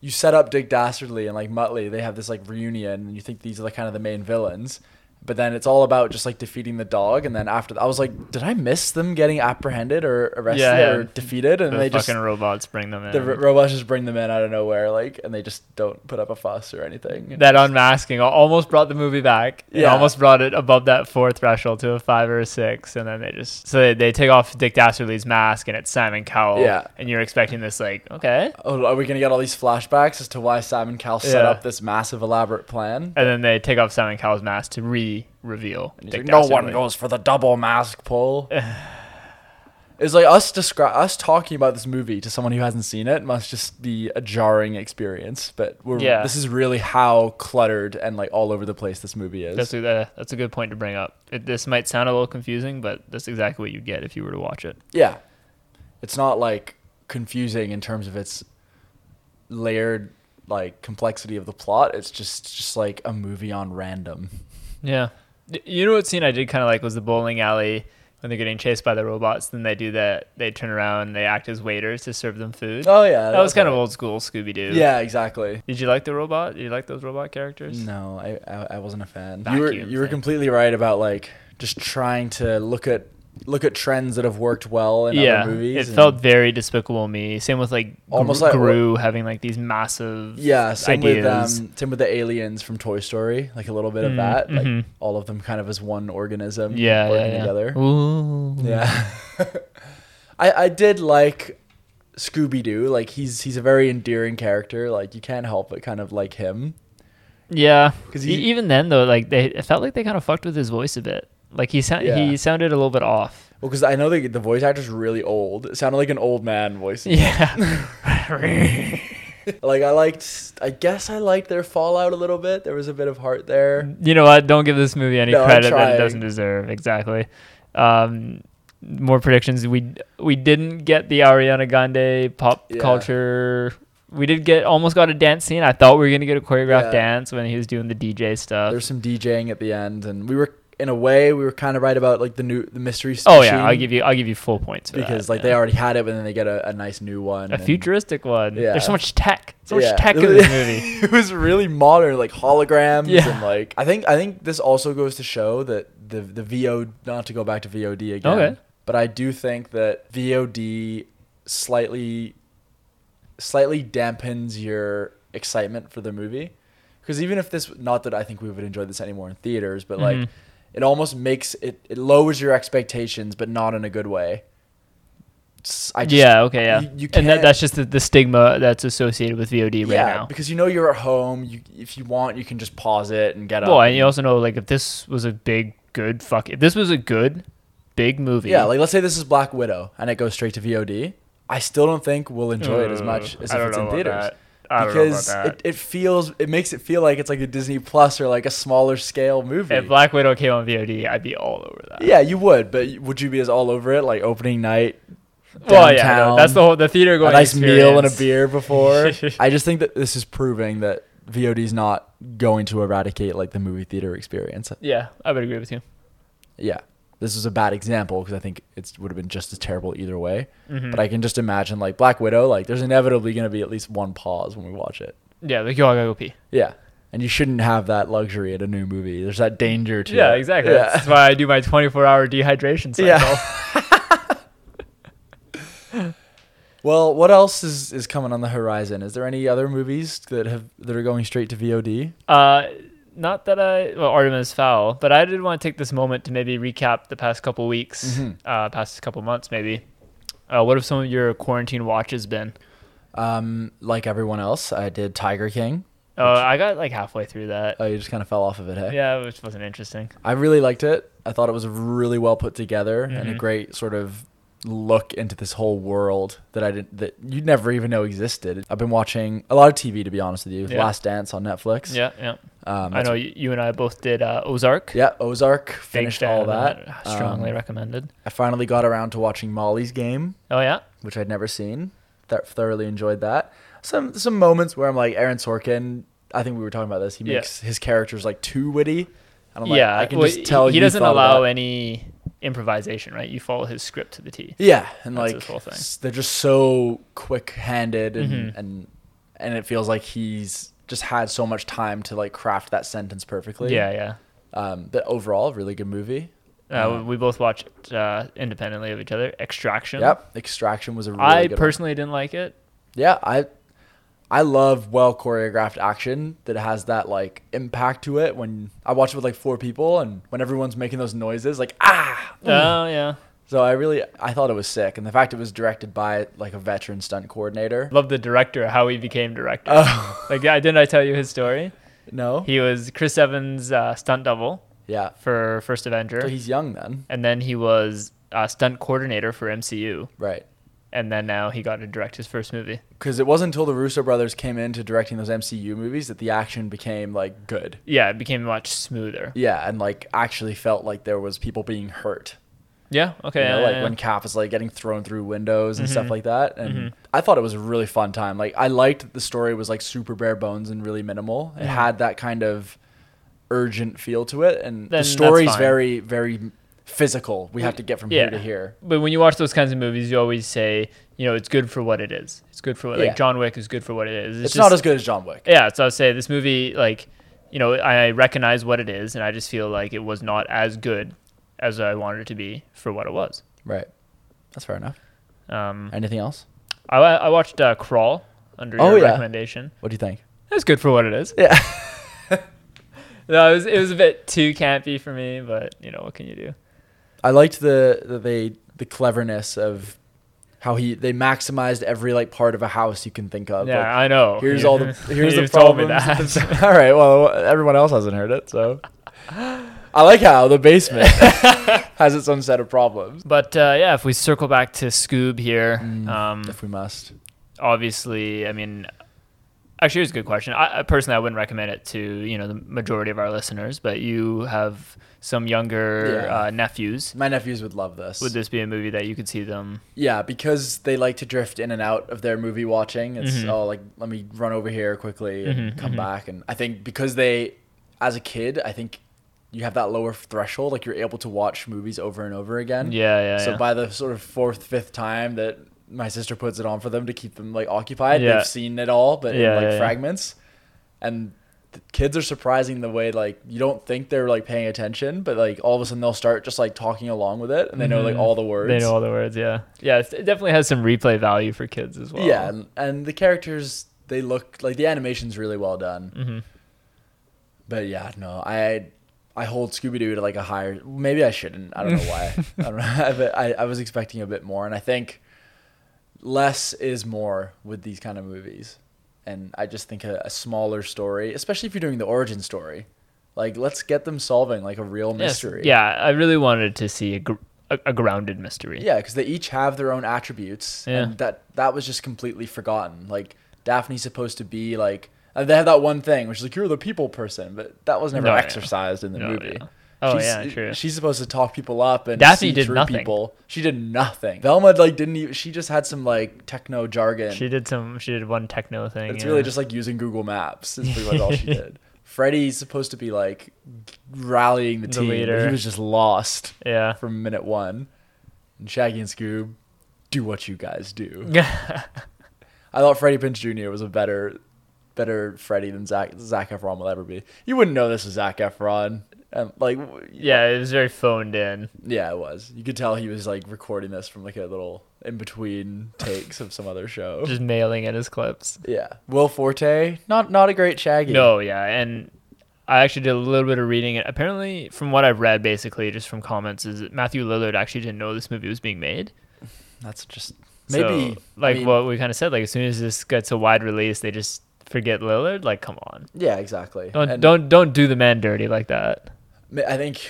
Speaker 2: you set up Dick Dastardly and like Muttley. They have this like reunion, and you think these are like kind of the main villains, but then it's all about just like defeating the dog. And then after, th- I was like, did I miss them getting apprehended or arrested
Speaker 1: Yeah, yeah.
Speaker 2: or defeated? And
Speaker 1: the
Speaker 2: they
Speaker 1: fucking
Speaker 2: just
Speaker 1: robots bring them in.
Speaker 2: the r- robots just bring them in out of nowhere, like, and they just don't put up a fuss or anything.
Speaker 1: that unmasking al- almost brought the movie back. It
Speaker 2: Yeah.
Speaker 1: almost brought it above that four threshold to a five or a six, and then they just so they, they take off Dick Dastardly's mask and it's Simon Cowell.
Speaker 2: Yeah.
Speaker 1: and you're expecting this like okay,
Speaker 2: Oh, are we gonna get all these flashbacks as to why Simon Cowell set
Speaker 1: Yeah.
Speaker 2: up this massive elaborate plan?
Speaker 1: and then they take off Simon Cowell's mask to re-reveal.
Speaker 2: And he's
Speaker 1: Dick
Speaker 2: like, no one
Speaker 1: Dastardly.
Speaker 2: goes for the double mask
Speaker 1: *laughs*
Speaker 2: pull. it's like us descri- us talking about this movie to someone who hasn't seen it must just be a jarring experience. But we're
Speaker 1: Yeah.
Speaker 2: this is really how cluttered and like all over the place this movie is.
Speaker 1: That's a, uh, that's a good point to bring up. It, this might sound a little confusing, but that's exactly what you'd get if you were to watch it.
Speaker 2: yeah, it's not like confusing in terms of its layered like complexity of the plot. It's just just like a movie on random.
Speaker 1: Yeah. Y- You know what scene I did kind of like was the bowling alley when they're getting chased by the robots. Then they do that. They turn around. and They act as waiters to serve them food.
Speaker 2: Oh *laughs* yeah,
Speaker 1: that was kind of
Speaker 2: right.
Speaker 1: old school Scooby Doo.
Speaker 2: Yeah, exactly.
Speaker 1: Did you like the robot? Did you like those robot characters?
Speaker 2: No, I, I I wasn't a fan. You were
Speaker 1: Vacuum
Speaker 2: you were
Speaker 1: thing.
Speaker 2: completely right about like just trying to look at look at trends that have worked well in
Speaker 1: yeah,
Speaker 2: other movies.
Speaker 1: it
Speaker 2: and-
Speaker 1: felt very Despicable Me. Same with like
Speaker 2: Almost
Speaker 1: almost
Speaker 2: like-
Speaker 1: Gru having like these massive
Speaker 2: yeah, same
Speaker 1: ideas.
Speaker 2: with um, same with the aliens from Toy Story, like a little bit of
Speaker 1: Mm,
Speaker 2: that, like
Speaker 1: mhm.
Speaker 2: all of them kind of as one organism,
Speaker 1: yeah,
Speaker 2: working
Speaker 1: yeah, yeah.
Speaker 2: together.
Speaker 1: Ooh.
Speaker 2: Yeah. *laughs* I I did like Scooby Doo. Like he's he's a very endearing character. Like you can't help but kind of like him.
Speaker 1: Yeah,
Speaker 2: 'Cause
Speaker 1: because
Speaker 2: he-
Speaker 1: even then though, like they it felt like they kind of fucked with his voice a bit. Like he sound,
Speaker 2: Yeah.
Speaker 1: he sounded a little bit off. *laughs*
Speaker 2: Well, because I know the the voice actor's really old. It sounded like an old man voicing. *laughs*
Speaker 1: *laughs* Yeah,
Speaker 2: Like I liked. I guess I liked their fallout a little bit. There was a bit of heart there.
Speaker 1: you know what? Don't give this movie any
Speaker 2: No, I'm
Speaker 1: credit that
Speaker 2: trying.
Speaker 1: it doesn't deserve. Exactly. Um, more predictions. We we didn't get the Ariana Grande pop
Speaker 2: Yeah.
Speaker 1: culture. We did get almost got a dance scene. I thought we were gonna get a choreographed
Speaker 2: Yeah.
Speaker 1: dance when he was doing the DJ stuff.
Speaker 2: There's some DJing at the end, and we were in a way we were kind of right about like the new the mystery.
Speaker 1: oh yeah, I'll
Speaker 2: machine,
Speaker 1: give you I'll give you full points for
Speaker 2: because
Speaker 1: that,
Speaker 2: like
Speaker 1: yeah.
Speaker 2: they already had it, but then they get a, a nice new one.
Speaker 1: a
Speaker 2: and-
Speaker 1: futuristic one.
Speaker 2: Yeah.
Speaker 1: There's so much tech, so much
Speaker 2: Yeah.
Speaker 1: tech in this movie.
Speaker 2: *laughs* it was really modern, like holograms
Speaker 1: Yeah.
Speaker 2: and like I think I think this also goes to show that the the VO not to go back to VOD again.
Speaker 1: Okay.
Speaker 2: But I do think that VOD slightly slightly dampens your excitement for the movie. Because even if this not that I think we would enjoy this anymore in theaters, but like
Speaker 1: Mhm.
Speaker 2: it almost makes it it lowers your expectations, but not in a good way. S- I just-
Speaker 1: yeah, okay, yeah.
Speaker 2: you- you can't-
Speaker 1: and that, that's just the, the stigma that's associated with VOD right now.
Speaker 2: because you know you're at home. You, if you want, you can just pause it and get
Speaker 1: Well,
Speaker 2: up.
Speaker 1: and you also know like if this was a big good fuck, if this was a good big movie.
Speaker 2: yeah, like let's say this is Black Widow and it goes straight to VOD. I still don't think we'll enjoy it as much as if it's in theaters because it, it feels it makes it feel like it's like a Disney Plus or like a smaller scale movie.
Speaker 1: if Black Widow came on VOD, I'd be all over that.
Speaker 2: yeah, you would, but you- would you be as all over it like opening night?
Speaker 1: well, yeah, no,
Speaker 2: downtown,
Speaker 1: that's the whole the theater
Speaker 2: a
Speaker 1: going
Speaker 2: nice meal and a
Speaker 1: experience.
Speaker 2: beer
Speaker 1: *laughs*
Speaker 2: before. I just think that this is proving that VOD's not going to eradicate like the movie theater experience.
Speaker 1: Yeah, I would agree with you.
Speaker 2: yeah, this is a bad example because I think it would have been just as terrible either way.
Speaker 1: Mhm.
Speaker 2: But I can just imagine like Black Widow, like there's inevitably going to be at least one pause when we watch it.
Speaker 1: Yeah, like you all gotta go pee.
Speaker 2: Yeah. And you shouldn't have that luxury at a new movie. There's that danger to
Speaker 1: Yeah,
Speaker 2: it.
Speaker 1: exactly.
Speaker 2: Yeah.
Speaker 1: That's why I do my 24 hour dehydration cycle.
Speaker 2: *laughs* Yeah. *laughs* Well, what else is, is coming on the horizon? Is there any other movies that have that are going straight to VOD?
Speaker 1: Uh, not that I well Artemis Fowl, but I did want to take this moment to maybe recap the past couple weeks,
Speaker 2: Mhm.
Speaker 1: uh, past couple months maybe. Uh, what have some of your quarantine watches been?
Speaker 2: Um, like everyone else, I did Tiger King.
Speaker 1: Uh, I got like halfway through that.
Speaker 2: Oh, you just kind of fell off of it, hey?
Speaker 1: Yeah, which wasn't interesting.
Speaker 2: I really liked it. I thought it was really well put together and a
Speaker 1: Mhm.
Speaker 2: great sort of look into this whole world that I didn't that you'd never even know existed. I've been watching a lot of TV to be honest with you.
Speaker 1: Yeah.
Speaker 2: Last Dance on Netflix.
Speaker 1: Yeah, yeah.
Speaker 2: um,
Speaker 1: I know you, you and I both did uh, Ozark.
Speaker 2: Yeah, Ozark
Speaker 1: Big
Speaker 2: finished
Speaker 1: fan
Speaker 2: all
Speaker 1: of
Speaker 2: that.
Speaker 1: Strongly
Speaker 2: Um,
Speaker 1: recommended.
Speaker 2: I finally got around to watching Molly's Game,
Speaker 1: Oh yeah.
Speaker 2: which I'd never seen. That thoroughly enjoyed that. Some some moments where I'm like Aaron Sorkin. I think we were talking about this. He
Speaker 1: Yeah.
Speaker 2: makes his characters like too witty. And I'm like,
Speaker 1: yeah.
Speaker 2: I can
Speaker 1: well,
Speaker 2: just tell
Speaker 1: he
Speaker 2: you
Speaker 1: doesn't
Speaker 2: thought of
Speaker 1: allow
Speaker 2: that.
Speaker 1: any improvisation, right? You follow his script to the T.
Speaker 2: Yeah, and
Speaker 1: That's
Speaker 2: like
Speaker 1: his whole thing.
Speaker 2: s- they're just so quick-handed, and
Speaker 1: Mhm.
Speaker 2: and and it feels like he's just had so much time to like craft that sentence perfectly.
Speaker 1: Yeah, yeah.
Speaker 2: Um, but overall, really good movie.
Speaker 1: Uh,
Speaker 2: Yeah.
Speaker 1: We both watched uh, independently of each other. Extraction.
Speaker 2: Yep. Extraction was a really
Speaker 1: I
Speaker 2: good one.
Speaker 1: personally didn't like it.
Speaker 2: Yeah, I I love well choreographed action that has that like impact to it. When I watch it with like four people, and when everyone's making those noises, like ah.
Speaker 1: Oh yeah,
Speaker 2: So I really I thought it was sick, and the fact it was directed by like a veteran stunt coordinator.
Speaker 1: love the director. How he became director.
Speaker 2: Oh *laughs*
Speaker 1: like I didn't I tell you his story?
Speaker 2: no.
Speaker 1: He was Chris Evans' uh, stunt double
Speaker 2: Yeah.
Speaker 1: for First Avenger,
Speaker 2: So he's young then,
Speaker 1: and then he was uh, stunt coordinator for MCU,
Speaker 2: right?
Speaker 1: and then now he got to direct his first movie.
Speaker 2: Because it wasn't until the Russo brothers came into directing those MCU movies that the action became like good.
Speaker 1: Yeah, it became much smoother.
Speaker 2: Yeah, and like actually felt like there was people being hurt.
Speaker 1: Yeah. Okay.
Speaker 2: You know,
Speaker 1: yeah,
Speaker 2: like
Speaker 1: yeah,
Speaker 2: when
Speaker 1: yeah.
Speaker 2: Cap is like getting thrown through windows and stuff
Speaker 1: Mhm.
Speaker 2: like that. And
Speaker 1: Mhm.
Speaker 2: I thought it was a really fun time. Like I liked that the story was like super bare bones and really minimal. It
Speaker 1: Mhm.
Speaker 2: had that kind of urgent feel to it, and
Speaker 1: Then
Speaker 2: the
Speaker 1: that's
Speaker 2: story's
Speaker 1: fine.
Speaker 2: very very physical. We have to get from here
Speaker 1: Yeah.
Speaker 2: to here.
Speaker 1: But when you watch those kinds of movies, you always say, you know, it's good for what it is. It's good for what,
Speaker 2: Yeah.
Speaker 1: like John Wick is good for what it is.
Speaker 2: It's,
Speaker 1: It's,
Speaker 2: not
Speaker 1: just-
Speaker 2: as good as John Wick.
Speaker 1: yeah so i would say this movie like you know i recognize what it is and i just feel like it was not as good as I wanted it to be for what it was.
Speaker 2: Right. That's fair enough.
Speaker 1: Um,
Speaker 2: Anything else?
Speaker 1: I, wa- I watched uh, Crawl under
Speaker 2: Oh,
Speaker 1: your
Speaker 2: yeah.
Speaker 1: recommendation.
Speaker 2: What do you think?
Speaker 1: That's good for what it is.
Speaker 2: Yeah.
Speaker 1: *laughs*
Speaker 2: *laughs*
Speaker 1: No, it was it was a bit too campy for me, but you know what can you do?
Speaker 2: I liked the the they the cleverness of how he they maximized every like part of a house you can think of.
Speaker 1: yeah,
Speaker 2: Like,
Speaker 1: I know.
Speaker 2: Uh, here's all
Speaker 1: *laughs*
Speaker 2: the here's
Speaker 1: you
Speaker 2: the
Speaker 1: told me
Speaker 2: problems. *laughs*
Speaker 1: that.
Speaker 2: all right. Well, everyone else hasn't heard it, so I like how the basement
Speaker 1: *laughs*
Speaker 2: has its own set of problems.
Speaker 1: But uh, yeah, if we circle back to Scoob here,
Speaker 2: Mm.
Speaker 1: um,
Speaker 2: If we must,
Speaker 1: obviously, I mean, actually, it's a good question. I, I personally, I wouldn't recommend it to you know the majority of our listeners, but you have some younger
Speaker 2: Yeah.
Speaker 1: uh, nephews.
Speaker 2: my nephews would love this.
Speaker 1: Would this be a movie that you could see them?
Speaker 2: Yeah, because they like to drift in and out of their movie watching. It's
Speaker 1: Mhm.
Speaker 2: oh, like let me run over here quickly and
Speaker 1: Mhm,
Speaker 2: come
Speaker 1: mhm.
Speaker 2: back. And I think because they, as a kid, I think you have that lower threshold. Like you're able to watch movies over and over again.
Speaker 1: Yeah, yeah.
Speaker 2: so
Speaker 1: yeah.
Speaker 2: by the sort of fourth, fifth time that my sister puts it on for them to keep them like occupied,
Speaker 1: Yeah.
Speaker 2: they've seen it all, but in
Speaker 1: Yeah,
Speaker 2: like
Speaker 1: yeah, yeah.
Speaker 2: fragments. And the kids are surprising the way like you don't think they're like paying attention, but like all of a sudden they'll start just like talking along with it, and they know like
Speaker 1: Mhm.
Speaker 2: all the words.
Speaker 1: They know all the words. Yeah, yeah. it's- It definitely has some replay value for kids as well.
Speaker 2: Yeah, and, and the characters they look like the animation's really well done.
Speaker 1: hmm
Speaker 2: But yeah, no, I I hold Scooby Doo to like a higher. Maybe I shouldn't. I don't know
Speaker 1: *laughs*
Speaker 2: why. I don't know. *laughs* But I I was expecting a bit more, and I think less is more with these kind of movies. And I just think a, a smaller story, especially if you're doing the origin story, like let's get them solving like a real
Speaker 1: Yes.
Speaker 2: mystery.
Speaker 1: Yeah, I really wanted to see a, gr- a, a grounded mystery.
Speaker 2: Yeah, because they each have their own attributes,
Speaker 1: Yeah.
Speaker 2: and that that was just completely forgotten. Like Daphne's supposed to be like uh, they have that one thing, which is like you're the people person, but that was never
Speaker 1: No, Oh, yeah.
Speaker 2: exercised in the
Speaker 1: No,
Speaker 2: movie.
Speaker 1: yeah. Oh
Speaker 2: she's,
Speaker 1: yeah, true.
Speaker 2: She's supposed to talk people up and
Speaker 1: Daphne
Speaker 2: see
Speaker 1: did
Speaker 2: through
Speaker 1: nothing.
Speaker 2: people. She did nothing. Velma like didn't even. She just had some like techno jargon.
Speaker 1: She did some. She did one techno thing.
Speaker 2: it's
Speaker 1: yeah.
Speaker 2: really just like using Google Maps. Is pretty much all
Speaker 1: *laughs*
Speaker 2: she did. Freddie's supposed to be like rallying the,
Speaker 1: The
Speaker 2: team. but
Speaker 1: leader.
Speaker 2: He was just lost
Speaker 1: yeah. *laughs*
Speaker 2: from minute one. And Shaggy and Scoob, do what you guys do. I thought Freddie Pinch Jr. was a better, better Freddie than Zach Zach Efron will ever be. You wouldn't know this was Zach Efron, and like, w-
Speaker 1: yeah, it was very phoned in.
Speaker 2: yeah, it was. You could tell he was like recording this from like a little in between takes of some other
Speaker 1: *laughs*
Speaker 2: show.
Speaker 1: Just mailing in his clips.
Speaker 2: yeah, Will Forte, not not a great Shaggy.
Speaker 1: No, yeah, and I actually did a little bit of reading. And apparently, from what I've read, basically just from comments, is that Matthew Lillard actually didn't know this movie was being made.
Speaker 2: that's just
Speaker 1: So,
Speaker 2: maybe
Speaker 1: like
Speaker 2: I mean,
Speaker 1: what we kind of said, like as soon as this gets a wide release, they just forget Lillard. Like, come on,
Speaker 2: Yeah, exactly.
Speaker 1: don't
Speaker 2: And-
Speaker 1: don't don't do the man dirty like that.
Speaker 2: Ma- I think,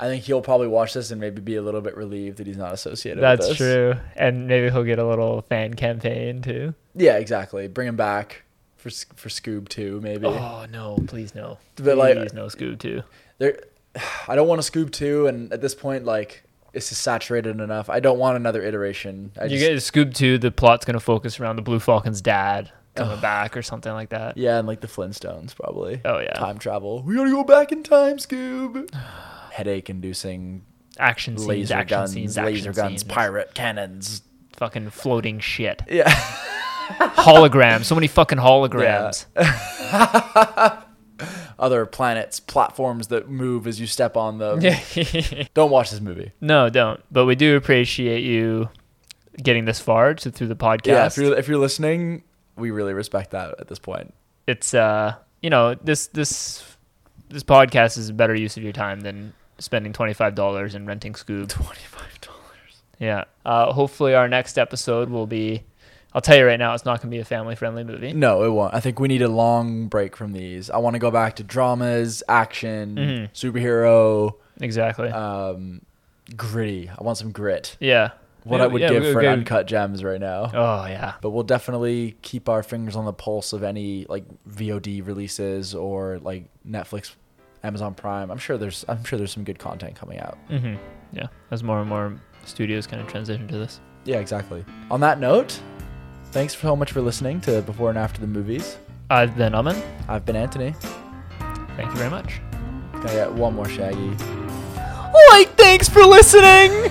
Speaker 2: I think he'll probably watch this and maybe be a little bit relieved that he's not associated.
Speaker 1: That's
Speaker 2: with this.
Speaker 1: true, and maybe he'll get a little fan campaign too.
Speaker 2: Yeah, exactly. Bring him back for S- for Scoob too, maybe.
Speaker 1: Oh no, please no,
Speaker 2: But, like-
Speaker 1: please no Scoob too.
Speaker 2: There, *sighs* I don't want a Scoob two, and at this point, like this is saturated enough. I don't want another iteration. I
Speaker 1: you
Speaker 2: just-
Speaker 1: get Scoob 2, the plot's going to focus around the Blue Falcon's dad coming back or something like that.
Speaker 2: yeah, and like the Flintstones probably.
Speaker 1: Oh, yeah.
Speaker 2: time travel. We gotta go back in time, Scoob. *sighs* Headache inducing
Speaker 1: Action scenes,
Speaker 2: laser
Speaker 1: action
Speaker 2: guns,
Speaker 1: scenes,
Speaker 2: laser
Speaker 1: action
Speaker 2: guns,
Speaker 1: scenes,
Speaker 2: pirate cannons.
Speaker 1: fucking floating shit.
Speaker 2: Yeah, *laughs*
Speaker 1: holograms, so many fucking holograms.
Speaker 2: other planets, platforms that move as you step on them.
Speaker 1: Yeah.
Speaker 2: Don't watch this movie.
Speaker 1: *laughs* no, don't. But we do appreciate you getting this far to, through the
Speaker 2: Yeah,
Speaker 1: podcast.
Speaker 2: if you're if you're listening, we really respect that at this point.
Speaker 1: it's uh, you know, this this this podcast is a better use of your time than spending $25 and renting Scoob.
Speaker 2: Twenty five dollars.
Speaker 1: Yeah. Uh, hopefully, our next episode will be. I'll tell you right now, it's not going to be a family friendly movie.
Speaker 2: No, it won't. I think we need a long break from these. I want to go back to dramas, action,
Speaker 1: Mhm.
Speaker 2: superhero,
Speaker 1: Exactly.
Speaker 2: um, gritty. I want some grit.
Speaker 1: yeah.
Speaker 2: What
Speaker 1: Yeah,
Speaker 2: I would
Speaker 1: yeah,
Speaker 2: give
Speaker 1: we-
Speaker 2: for
Speaker 1: we-
Speaker 2: an uncut gems right now.
Speaker 1: Oh, yeah.
Speaker 2: But we'll definitely keep our fingers on the pulse of any like VOD releases or like Netflix, Amazon Prime. I'm sure there's I'm sure there's some good content coming out.
Speaker 1: hmm Yeah. As more and more studios kind of transition to this.
Speaker 2: Yeah, exactly. On that note, thanks so much for listening to Before and After the Movies.
Speaker 1: I've been Amin.
Speaker 2: I've been Anthony.
Speaker 1: Thank you very much.
Speaker 2: I got one more Shaggy. *laughs*
Speaker 1: Like, thanks for listening.